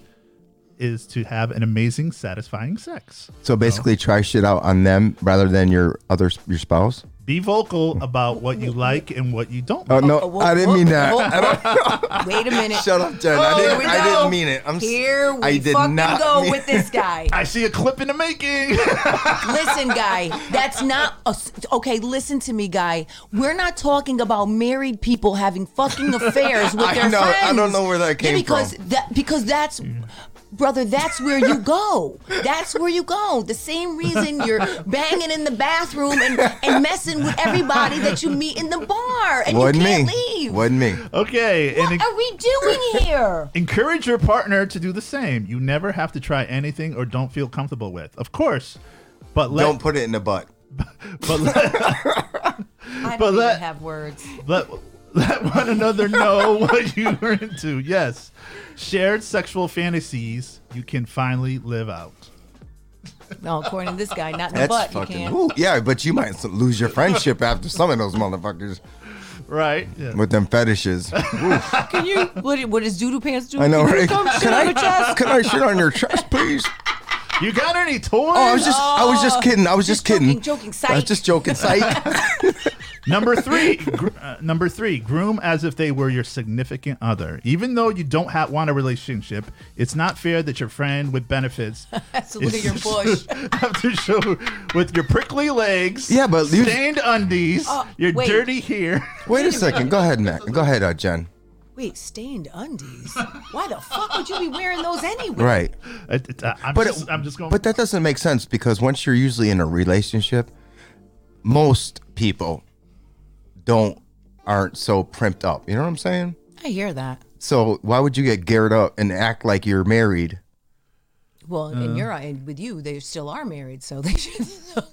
is to have an amazing, satisfying sex. So basically, try shit out on them rather than your other your spouse. Be vocal about what you like and what you don't. Oh like. no, Oh, whoa, I didn't whoa, mean that. whoa, [laughs] I don't Wait a minute. Shut up, Jen. I Here didn't. we I go. didn't mean it. I'm s- Here we I did fucking not go mean- with this guy. I see a clip in the making. [laughs] Listen, guy, that's not a, okay. Listen to me, guy. We're not talking about married people having fucking affairs with [laughs] I their know. I friends. don't know where that came yeah, because from. That, because that's. Brother, that's where you go. That's where you go. The same reason you're banging in the bathroom and, and messing with everybody that you meet in the bar and Wasn't you can't me. leave. What Wasn't me. okay, and en- are we doing here? encourage your partner to do the same. You never have to try anything or don't feel comfortable with, of course. But let, Don't put it in the butt. but let, I [laughs] don't But even let- have words. let let one another know [laughs] what you are into. Yes, shared sexual fantasies you can finally live out. No, according to this guy, not in the That's butt. You fucking. can't. Ooh, yeah, but you might s- lose your friendship after some of those motherfuckers Right? Yeah. with [laughs] them fetishes. Oof. Can you? What, what does doodoo pants do? I know. Can you Right? come sit Can on I? your chest? Can I shit on your chest, please? You got any toys? Oh, I was just. I was just kidding. I was just, Just joking, kidding. joking, I was psych. just [laughs] joking. Psych. number three. Gr- uh, number three. Groom as if they were your significant other. Even though you don't ha- want a relationship, it's not fair that your friend with benefits [laughs] Look [laughs] [laughs] at your bush. have to show with your prickly legs. Yeah, but you- stained undies, your Oh, wait. dirty hair. [laughs] Wait a second. Go ahead, Matt. Go ahead, uh, Jen. Wait, stained undies? Why the fuck would you be wearing those anyway? Right. I, I, I'm, But just, it- I'm just going. But that doesn't make sense because once you're usually in a relationship, most people don't aren't so primped up. You know what I'm saying? I hear that. So why would you get geared up and act like you're married? Well, Uh. in your eye, with you, they still are married, so they should. [laughs]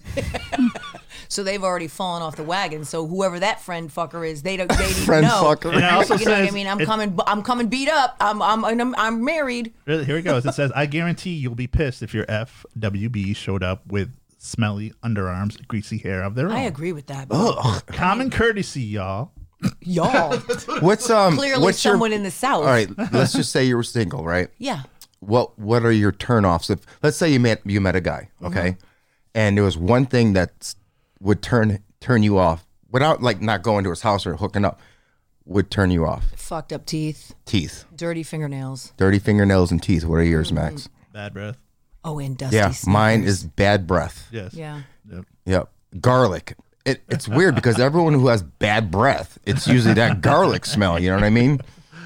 so they've already fallen off the wagon. So whoever that friend fucker is, they don't. They need Friend to know. fucker. And [laughs] it also You know what I says- mean? I'm it- coming. I'm coming beat up. I'm. I'm. and I'm, I'm married. Really, Here it goes. It says, I guarantee you'll be pissed if your FWB showed up with smelly underarms, greasy hair of their own. I agree with that. Common courtesy, y'all. Y'all [laughs] [laughs] What's um clearly what's your- someone in the south. All right, let's just say you were single, right? Yeah. What what are your turnoffs if let's say you met you met a guy, Mm-hmm. okay? And there was one thing that would turn turn you off without like not going to his house or hooking up would turn you off. Fucked up teeth, Teeth. dirty fingernails. Dirty fingernails and teeth. What are yours, Max? Mm-hmm. Bad breath. Oh, and dusty. Yeah, sneakers. mine is bad breath. Yes. Yeah. Yep. Garlic. It, it's weird because everyone who has bad breath, it's usually that garlic smell. You know what I mean? Uh.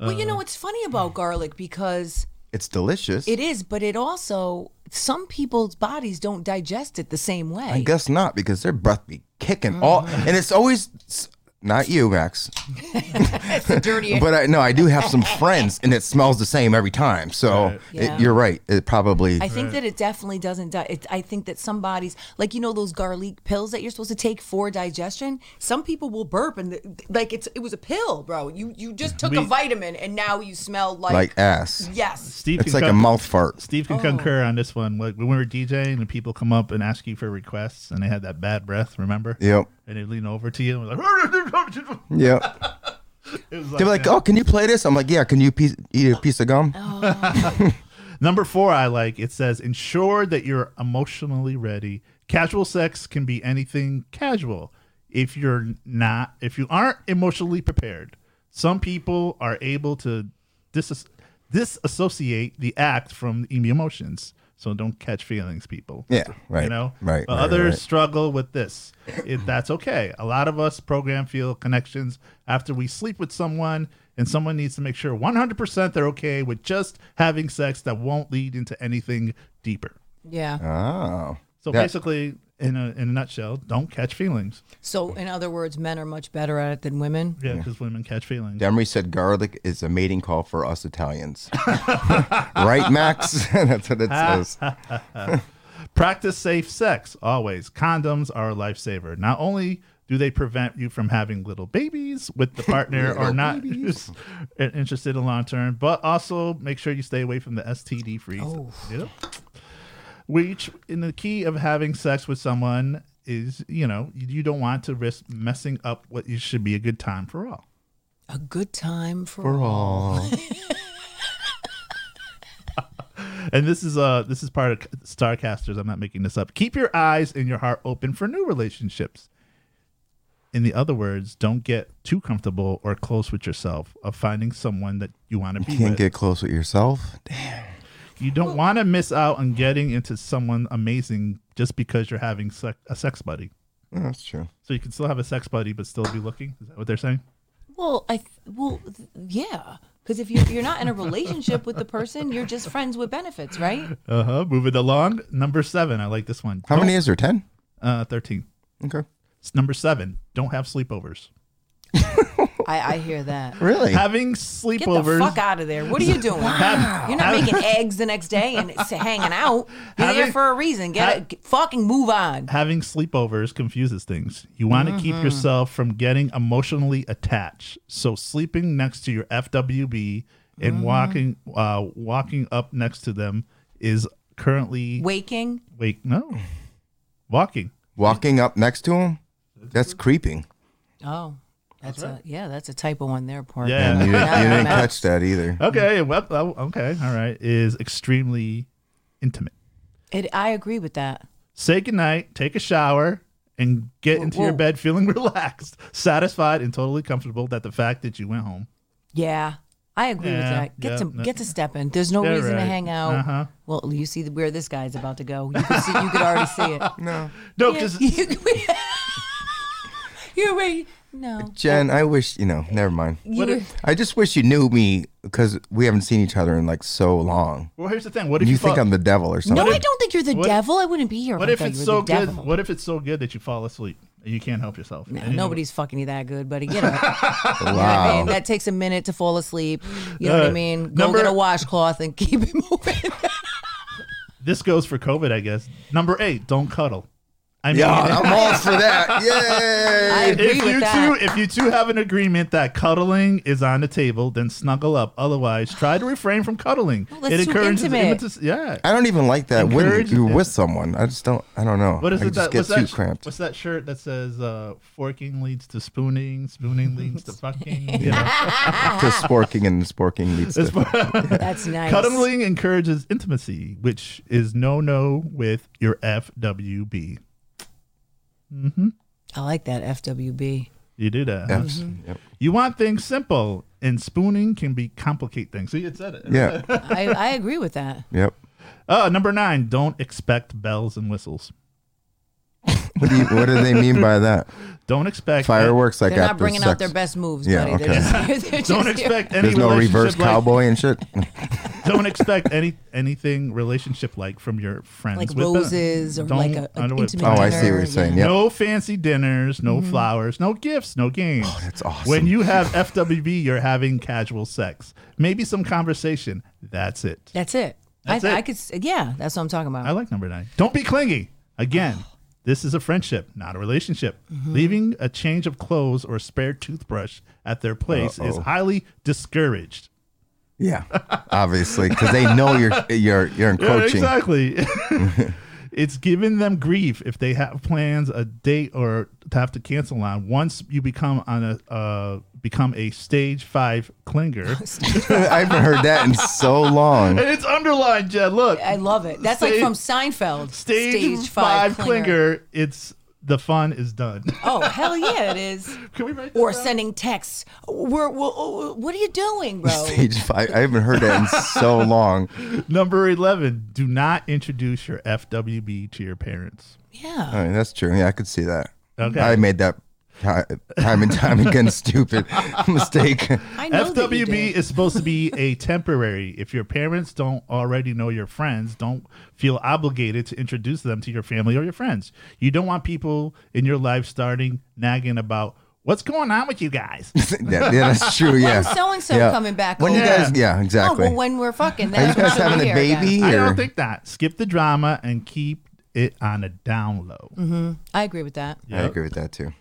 well, you know what's funny about garlic because It's delicious. it is, but it also some people's bodies don't digest it the same way. I guess not because their breath be kicking all, Mm-hmm. and it's always s- not you, Max. dirty. [laughs] But I no, I do have some friends, and it smells the same every time. So it- Yeah. you're right. It probably I think that it definitely doesn't. Di- it, I think that some bodies, like you know, those garlic pills that you're supposed to take for digestion. Some people will burp and the, like it's it was a pill, bro. You you just took a We- vitamin and now you smell like, like ass. yes. Steve It's can like a con- mouth fart. Steve can concur Oh. on this one. Like when we were DJing and people come up and ask you for requests and they had that bad breath, remember? Yep. And they lean over to you and was like, [laughs] Yep. It was They'd be like, that. "Oh, can you play this?" I'm like, "Yeah." Can you piece, eat a piece of gum? Oh, Number four, I like it says, ensure that you're emotionally ready. Casual sex can be anything casual. If you're not, if you aren't emotionally prepared, some people are able to dis- disassociate the act from the emotions. So don't catch feelings, people. Yeah. Right. You know, Right. But right, others right. struggle with this. It, that's okay. A lot of us program feel connections after we sleep with someone, and someone needs to make sure 100% they're okay with just having sex that won't lead into anything deeper. Yeah. Oh. So Yeah. basically, in a, in a nutshell, don't catch feelings. So in other words, men are much better at it than women. Yeah, because women catch feelings. Demery said garlic is a mating call for us [laughs] Italians. right, Max? [laughs] That's what it Ah, says. Practice safe sex always. Condoms are a lifesaver. Not only do they prevent you from having little babies with the partner or not [laughs] interested in long term, but also make sure you stay away from the STD free. zone. Yep. Which, in the key of having sex with someone, is you know you you don't want to risk messing up what you should be a good time for all. A good time for, And this is uh this is part of Starcasters. I'm not making this up. Keep your eyes and your heart open for new relationships. In the other words, don't get too comfortable or close with yourself of finding someone that you want to be Can't with. get close with yourself. you don't want to miss out on getting into someone amazing just because you're having sec- a sex buddy. Yeah, Oh, that's true. So you can still have a sex buddy but still be looking. Is that what they're saying? Well, I th- well th- yeah. Because if you're, you're not in a relationship with the person, you're just friends with benefits, right? Uh huh. Moving along. Number seven. I like this one. How many Don't- is there? Ten? Uh, thirteen. Okay. It's number seven. Don't have sleepovers. I, I hear that. Really? Having Get sleepovers. the fuck out of there. What are you doing? You're not making eggs the next day and it's hanging out. You're there Having- for a reason. Get, ha- it, get- fucking move on. having sleepovers confuses things. You want to Mm-hmm. keep yourself from getting emotionally attached. So sleeping next to your FWB and Mm-hmm. walking uh, walking up next to them is currently wait, Waking. no walking. Walking up next to him? That's creeping. Oh, that's a yeah, that's a typo on their part. Yeah. And you, didn't- Yeah, you didn't Max. catch that either. Okay, Mm-hmm. well, oh, okay, all right, is extremely intimate. It, I agree with that. Say goodnight, take a shower, and get into your whoa. bed feeling [laughs] relaxed, satisfied, and totally comfortable that the fact that you went home. Yeah. I agree with Yeah, that. Get yeah, to no- get to step in. There's no Yeah, reason to right. hang out. Uh-huh. Well, you see where this guy's about to go. You could see, [laughs] you could already see it. No, because You- you wait. No. Jen, I wish, you know, never mind. You were- I just wish you knew me because we haven't seen each other in like so long. Well, here's the thing. What if You, you, think fall- I'm the devil or something. no, I don't think you're the what- devil. I wouldn't be here. What if if I thought it's you were so the good? [laughs] devil. What if it's so good that you fall asleep and you can't help yourself? No, And you- nobody's fucking you that good, buddy. Get [laughs] up. You know what I mean? Wow. That takes a minute to fall asleep. You know what I Uh, mean? Go number- get a washcloth and keep it [laughs] moving. This goes for COVID, I guess. Number eight, don't cuddle. I mean, Yeah, I'm all for [laughs] that. Yay. I agree if with you that. [laughs] two if you two have an agreement that cuddling is on the table, then snuggle up. Otherwise, try to refrain from cuddling. that's too intimate. impetus- yeah. I don't even like that when Encourage- you're with someone. I just don't. I don't know. What is I just it that get what's too that, sh- cramped. what's that shirt that says uh, forking leads to spooning, spooning leads to fucking? [laughs] You know? To sporking and sporking [laughs] leads to. [laughs] That's nice. Cuddling encourages intimacy, which is no no with your FWB. I like that FWB. You do that. huh? Mm-hmm. F's. Yep. You want things simple, and spooning can be complicate things. So you said it. Yeah. [laughs] I, I agree with that. Yep. Uh, number nine, don't expect bells and whistles. What do, you, what do they mean by [laughs] that? Don't expect Fireworks like They're not after bringing sex. out their best moves, Yeah, buddy. okay. They're just, [laughs] they're just Don't here. expect any. There's no reverse relationship-like- cowboy and shit. [laughs] [laughs] Don't expect any anything relationship like from your friends. like with them. roses or Don't- like a, I an don't- intimate Oh, I see what dinner, you're saying. yeah. Yep. Mm-hmm. No fancy dinners, no flowers, no gifts, no games. Oh, that's awesome. When you [laughs] have FWB, you're having casual sex, maybe some conversation. That's it. That's it. That's I, it. I could, s- yeah, that's what I'm talking about. I like number nine. Don't be clingy. Again, Oh. this is a friendship, not a relationship. Mm-hmm. Leaving a change of clothes or a spare toothbrush at their place is Uh-oh. highly discouraged. Yeah. Obviously, because they know you're you're you're [laughs] Yeah, encroaching. exactly. [laughs] it's giving them grief if they have plans, a date, or to have to cancel on. Once you become on a uh, become a stage five clinger, [laughs] I haven't heard that in so [laughs] long. and it's underlined, Jed. Look, I love it. That's like Stage- from Seinfeld. stage, five, clinger. It's the fun is done. Oh hell yeah, it [laughs] is. Can we write that Or down? sending texts. We're, we what are you doing, bro? [laughs] Stage five. I haven't heard that in so long. Number 11, do not introduce your FWB to your parents. Yeah. I mean, that's true. Yeah, I could see that. Okay. I made that ti- time and time again [laughs] stupid mistake. I know that you FWB did. is supposed [laughs] to be a temporary. If your parents don't already know your friends, don't feel obligated to introduce them to your family or your friends. You don't want people in your life starting nagging about what's going on with you guys. [laughs] yeah, yeah, that's true. Yeah. so and so Yeah. coming back When you over. guys, yeah, exactly. Oh well, when we're fucking, Are you that's guys when having we're a here again. baby? I or- don't think that. Skip the drama and keep it on a down low. I agree with that. I agree with that too.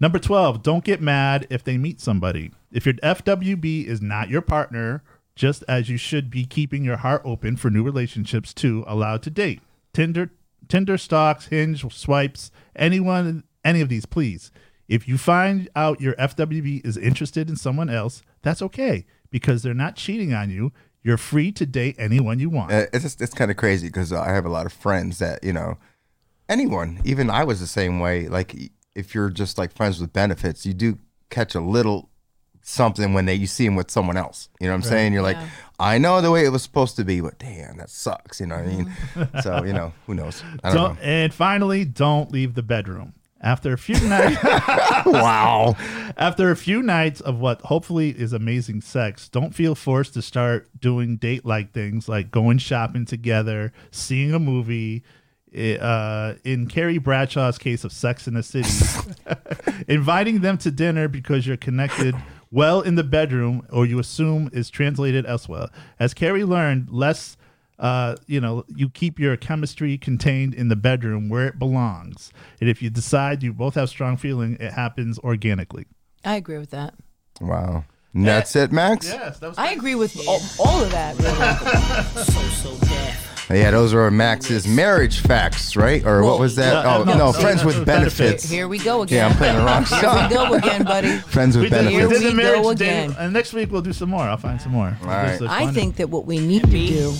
Number 12, don't get mad if they meet somebody. If your FWB is not your partner, just as you should be keeping your heart open for new relationships too, allowed to date. Tinder Tinder stalks, hinge swipes, anyone any of these, please. If you find out your FWB is interested in someone else, that's okay because they're not cheating on you. You're free to date anyone you want. Uh, it's just, it's kind of crazy because I have a lot of friends that you know, anyone, even I was the same way. Like y- if you're just like friends with benefits, you do catch a little something when they you see them with someone else. You know what I'm saying? You're like, I know the way it was supposed to be, but damn, that sucks. You know what I mean? so you know, who knows? I don't Don't- and finally, don't leave the bedroom. After a few [laughs] nights know. [laughs] wow. After a few nights of what hopefully is amazing sex, don't feel forced to start doing date like things like going shopping together, seeing a movie. eh, Uh, in Carrie Bradshaw's case of Sex in the City, [laughs] inviting them to dinner because you're connected well in the bedroom, or you assume is translated elsewhere. As Carrie learned, less uh, you know, you keep your chemistry contained in the bedroom where it belongs. And if you decide you both have strong feeling, it happens organically. I agree with that. Wow. And that's it, Max. Yeah. Yes, that was I agree with all, all of that. Really. those were Max's marriage facts, right? Or what was that? Yeah, oh no, no, no, friends with benefits. Here we go Yeah, again. I'm playing the wrong Here we song. go again, buddy. Friends with we did, we benefits. did We the marriage go day, again. and next week we'll do some more. I'll find some more. All right. I think that what we need to do [laughs]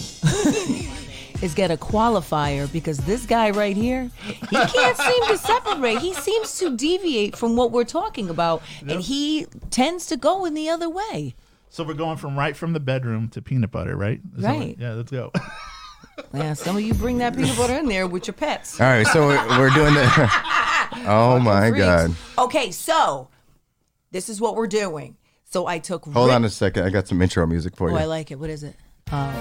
is get a qualifier because this guy right here, he can't seem to separate. He seems to deviate from what we're talking about, and he tends to go in the other way. so. We're going from right from the bedroom to peanut butter, right? Is that what- Right. yeah, let's [laughs] go. Yeah, some of you bring that peanut butter in there with your pets. [laughs] All right, so we're, we're doing the. oh my Freaks. god! Okay, so This is what we're doing. So I took. Hold ri- on a second. I got some intro music for Oh, I you. like it. What is it? Uh,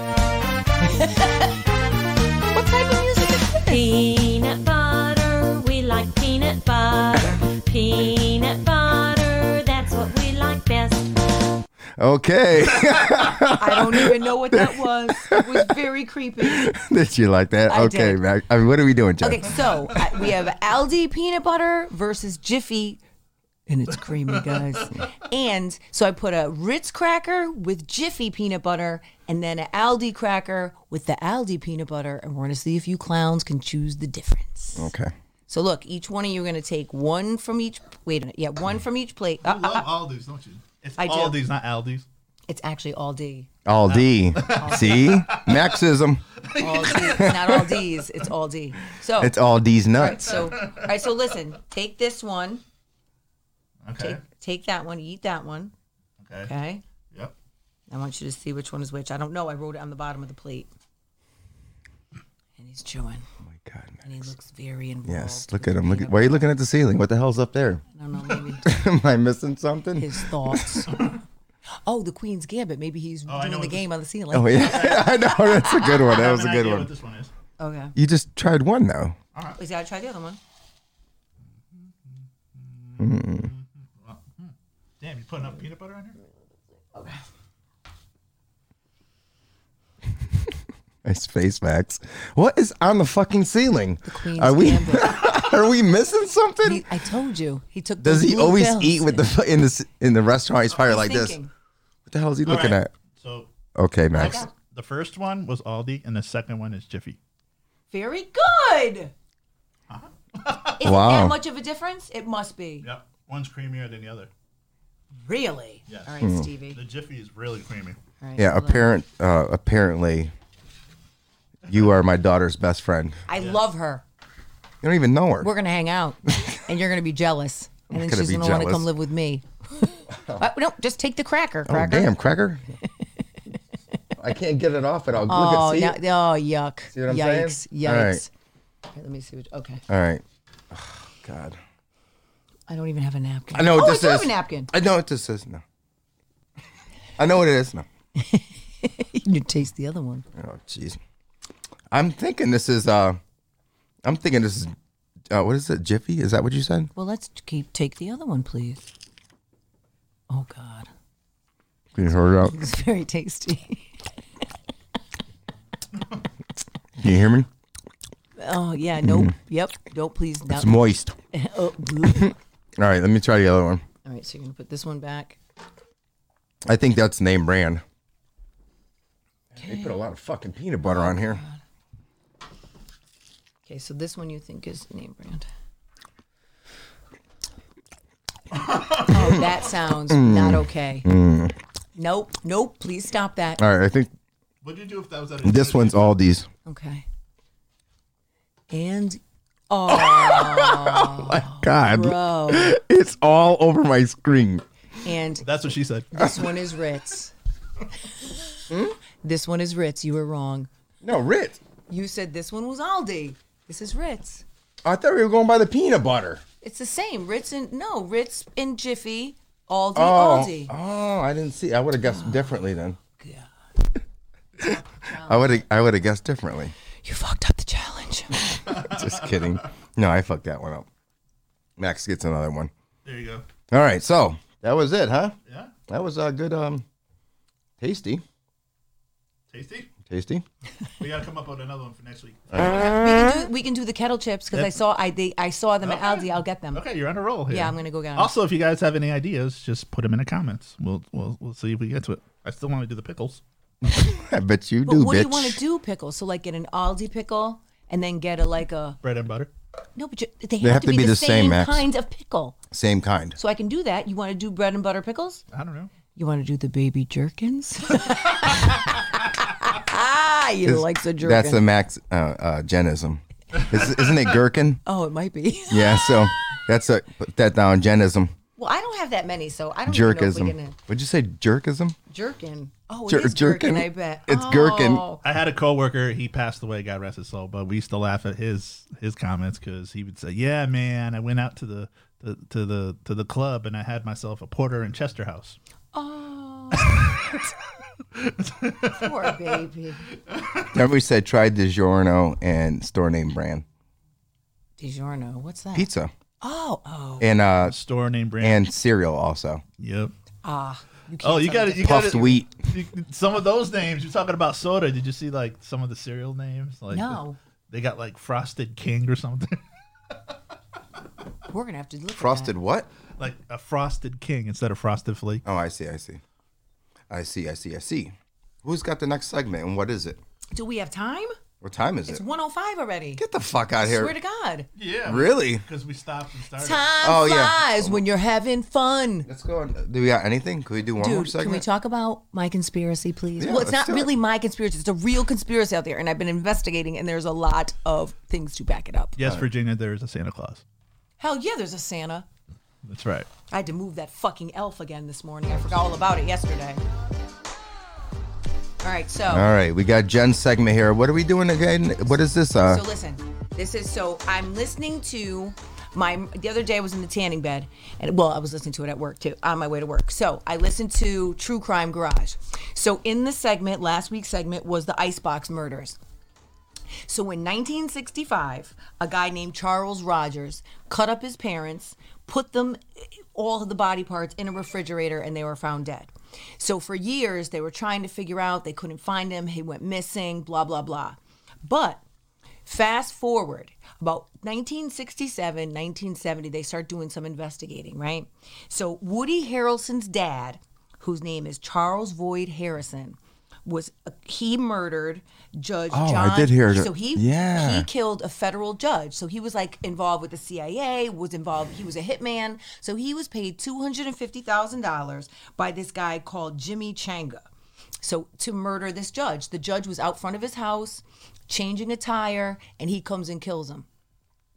What type of music is this? Peanut butter, we like peanut butter. peanut butter, that's what we like best. Okay. [laughs] I don't even know what that was. It was very creepy. did you like that? I okay, did. Mac. I mean, what are we doing, Jeff? Okay, so I- we have Aldi peanut butter versus Jiffy, and it's creamy, guys. and so I put a Ritz cracker with Jiffy peanut butter, and then an Aldi cracker with the Aldi peanut butter, and we're gonna see if you clowns can choose the difference. Okay. So look, each one of you are gonna take one from each. Wait, a minute, yeah, one from each plate. Uh, You uh, love Aldi's, don't you? It's I do. Aldi's, not Aldi's. it's actually Aldi. [laughs] All D. See? Maxism. Aldi, not Aldi's. It's Aldi. So It's all D's All right, nuts. so all right, so listen, take this one, Okay. take take that one, eat that one. okay. Okay. Yep. I want you to see which one is which. I don't know. I wrote it on the bottom of the plate. And he's chewing. Oh my God, Mac. And he looks very involved. Yes. Look at him. Look at, why are you looking at the ceiling? What the hell's up there? [laughs] I don't know, maybe Am I missing something? his [laughs] thoughts. oh, the Queen's Gambit. Maybe he's Oh, I doing know the what this- game on the ceiling. Oh yeah, [laughs] I know that's a good one. I That have was a an good idea What one. this one is. Okay. You just tried one though. He's got to try the other one. Damn, you putting up peanut butter on here? Nice face, Max. What is on the fucking ceiling? The Queen's Are we Gambit. [laughs] are we missing something? He- I told you. He took Does the he blue always pills. eat with the fu- in the s- in the restaurant? He's probably He's like this. thinking. What the hell is he All looking right, at? So Okay, Max. the first one was Aldi, and the second one is Jiffy. Very good. Is Wow. that much of a difference? It must be. Yep. One's creamier than the other. Really? Yes. All right, Stevie. The Jiffy is really creamy. All right, Hmm. Yeah, hold on. apparent uh, apparently you are my daughter's best friend. I love her. You don't even know her. we're gonna hang out [laughs] and you're gonna be jealous and then gonna she's be gonna want to jealous. come live with [laughs] me Uh, no just take the cracker oh cracker [laughs] damn, cracker. I can't get it off at all. oh, Look at see. no, oh yuck See what I'm saying? yikes All right. yikes Okay, let me see what okay All right. Oh, God. i don't even have a napkin I know what oh, this I do is. have a napkin [laughs] I know what this is. No. I know what it is. No. you can taste the other one Oh, jeez. I'm thinking this is. uh I'm thinking this is. Uh, what is it? Jiffy? Is that what you said? well let's keep take the other one please oh god [laughs] Can you hear it out? it's very tasty [laughs] Can you hear me? oh yeah nope Mm. yep nope please no It's moist. [laughs] oh, [laughs] bleh. All right, let me try the other one. all right so you're gonna put this one back I think that's name brand. They put a lot of fucking peanut butter on here. okay so this one you think is name brand Oh, that sounds not okay. Nope, nope. Please stop that. All right, I think What'd you do if that was at a this one's Aldi's. Okay. And oh, God, bro. it's all over my screen. And That's what she said. this one is Ritz. Hmm? This one is Ritz. You were wrong. No, Ritz. You said this one was Aldi. This is Ritz. I thought we were going by the peanut butter. It's the same. Ritz and no Ritz and Jiffy. Aldi, Oh, Aldi. oh, I didn't see. I would have Oh, guessed differently then. [laughs] I would have. I would have guessed differently. You fucked up the challenge. Just kidding. No, I fucked that one up. Max gets another one. There you go. All right, so that was it, huh? Yeah. That was a uh, good, um, tasty, Tasty. tasty. [laughs] We gotta come up with another one for next week. we, can do, we can do the kettle chips because I saw I they, I saw them at Okay. Aldi. I'll get them. Okay, you're on a roll here. Yeah, I'm gonna go get 'em. Also, if you guys have any ideas, just put them in the comments. We'll we'll, we'll see if we get to it. I still want to do the pickles. I bet you But do, what bitch. do you want to do? Pickles. So like get an Aldi pickle and then get a like a Bread and butter. no, but you, they, have, to, be, the, same, Max. kind of pickle. Same kind. So I can do that. You want to do bread and butter pickles? I don't know. You want to do the baby [laughs] jerkins? ah, you like the jerkin. That's the Max uh, uh, Genism. Is, isn't it gherkin? oh, it might be. Yeah. So that's a put that down. Genism. [laughs] Well, I don't have that many, so I don't even know if we're Jerkism. gonna Would you say jerkism? jerkin. Oh, it Jer- is gherkin, jerkin? I bet It's gherkin. Oh. I had a coworker. He passed away. God rest his soul. But we used to laugh at his his comments because he would say, "Yeah, man, I went out to the to, to the to the club, and I had myself a porter and Chester House. [laughs] Oh. Poor baby. Remember we said try DiGiorno and store name brand DiGiorno. What's that? pizza Oh, oh. and uh Store name brand. and cereal also yep. Ah. Oh, you can't got say it. You puffed gotta- wheat. you- Some of those names. You're talking about soda. Did you see like some of the cereal names? Like No. They got like Frosted King or something. that. We're going to have to look Frosted at what? like a Frosted King instead of Frosted Flake. Oh, I see, I see, I see, I see, I see. Who's got the next segment and what is it? that. Do we have time? What time is It's it? 105 already. Get the fuck out Swear here! to God. Yeah. Really? Because we stopped and started. Time Oh, yeah. flies when you're having fun. Let's go. On. Do we got anything? Could we do one more Dude, segment? can we talk about my conspiracy, please? Yeah, well, it's let's not do it. really my conspiracy. It's a real conspiracy out there, and I've been investigating, and there's a lot of things to back it up. Yes, Virginia, there is a Santa Claus. Hell yeah, there's a Santa. That's right. I had to move that fucking elf again this morning. I forgot all about it yesterday. All right, so All right, we got Jen's segment here. What are we doing again? What is this? Uh, so listen. This is so I'm listening to my the other day I was in the tanning bed and well I was listening to it at work too on my way to work. So I listened to True Crime Garage. So in this segment, last week's segment was the Icebox Murders. So in 1965, a guy named Charles Rogers cut up his parents, put them all of the body parts in a refrigerator, and they were found dead. So for years, they were trying to figure out, they couldn't find him, he went missing, blah, blah, blah. But fast forward about 1967, 1970, they start doing some investigating, right? So Woody Harrelson's dad, whose name is Charles Void Harrison, was uh, he murdered Judge Oh, I John? did hear that. So he Yeah. he killed a federal judge. So he was like involved with the CIA, was involved, he was a hitman. So he was paid $250,000 by this guy called Jimmy Changa. So to murder this judge. The judge was out front of his house changing a tire and he comes and kills him.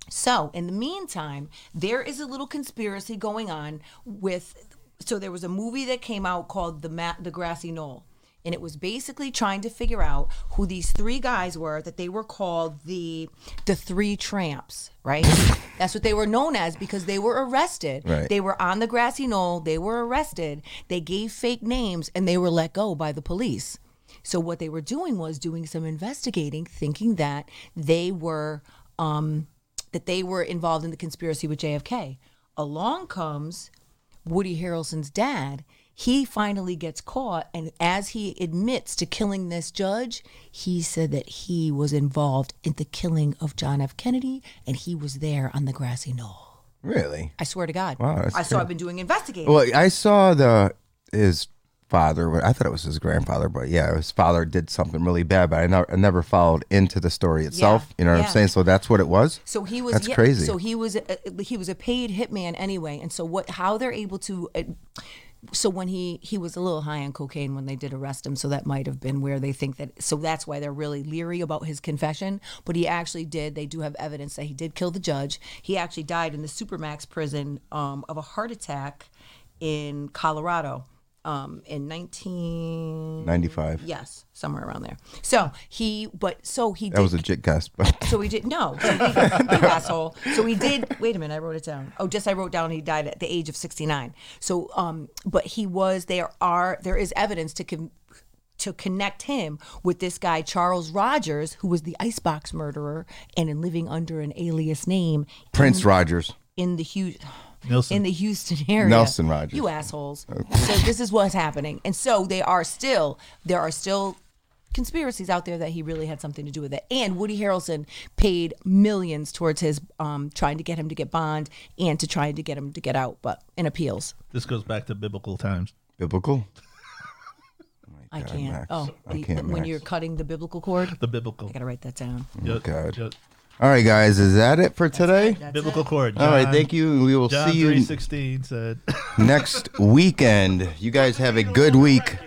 So, in the meantime, there is a little conspiracy going on with. So, there was a movie that came out called The, Ma- the Grassy Knoll. And it was basically trying to figure out who these three guys were that they were called the the three tramps, right? That's what they were known as because they were arrested. Right. They were on the grassy knoll, they were arrested, they gave fake names and they were let go by the police. So what they were doing was doing some investigating, thinking that they were um, that they were involved in the conspiracy with JFK. Along comes Woody Harrelson's dad. He finally gets caught, and as he admits to killing this judge, he said that he was involved in the killing of John F. Kennedy, and he was there on the grassy knoll. really? I swear to God. Wow, that's I, so great. I've been doing investigating. Well, I saw the his father. I thought it was his grandfather, but yeah, his father did something really bad. But I never, I never followed into the story itself. You know what yeah. I'm saying? So that's what it was. So he was That's yeah, crazy. So he was a, he was a paid hitman anyway, and so what? How they're able to? Uh, so when he he was a little high on cocaine when they did arrest him, so that might have been where they think that. So that's why they're really leery about his confession. But he actually did. They do have evidence that he did kill the judge. He actually died in the supermax prison um, of a heart attack in Colorado um, in nineteen 95. yes somewhere around there. So he but so he That did was a jit guess, but [laughs] so he did no, so he, you asshole. So he did. Wait a minute, I wrote it down. Oh, just I wrote down he died at the age of sixty nine. So, um, but he was there are there is evidence to con- to connect him with this guy Charles Rogers, who was the icebox murderer and in living under an alias name Prince Rogers. in the huge Nelson. in the Houston [laughs] area. Nelson Rogers. You assholes. so this is what's happening. And so they are still there are still conspiracies out there that he really had something to do with it. And Woody Harrelson paid millions towards his um trying to get him to get bond and to trying to get him to get out, but in appeals. this goes back to biblical times. Biblical. I can't. Max. Oh, I you- can't, when Max. you're cutting the biblical cord, The biblical. I gotta write that down. Ju- Oh, God. ju- All right, guys, is that it for today? biblical cord. All right, John- thank you. We will John see you 316 said. next weekend. You guys have a good week.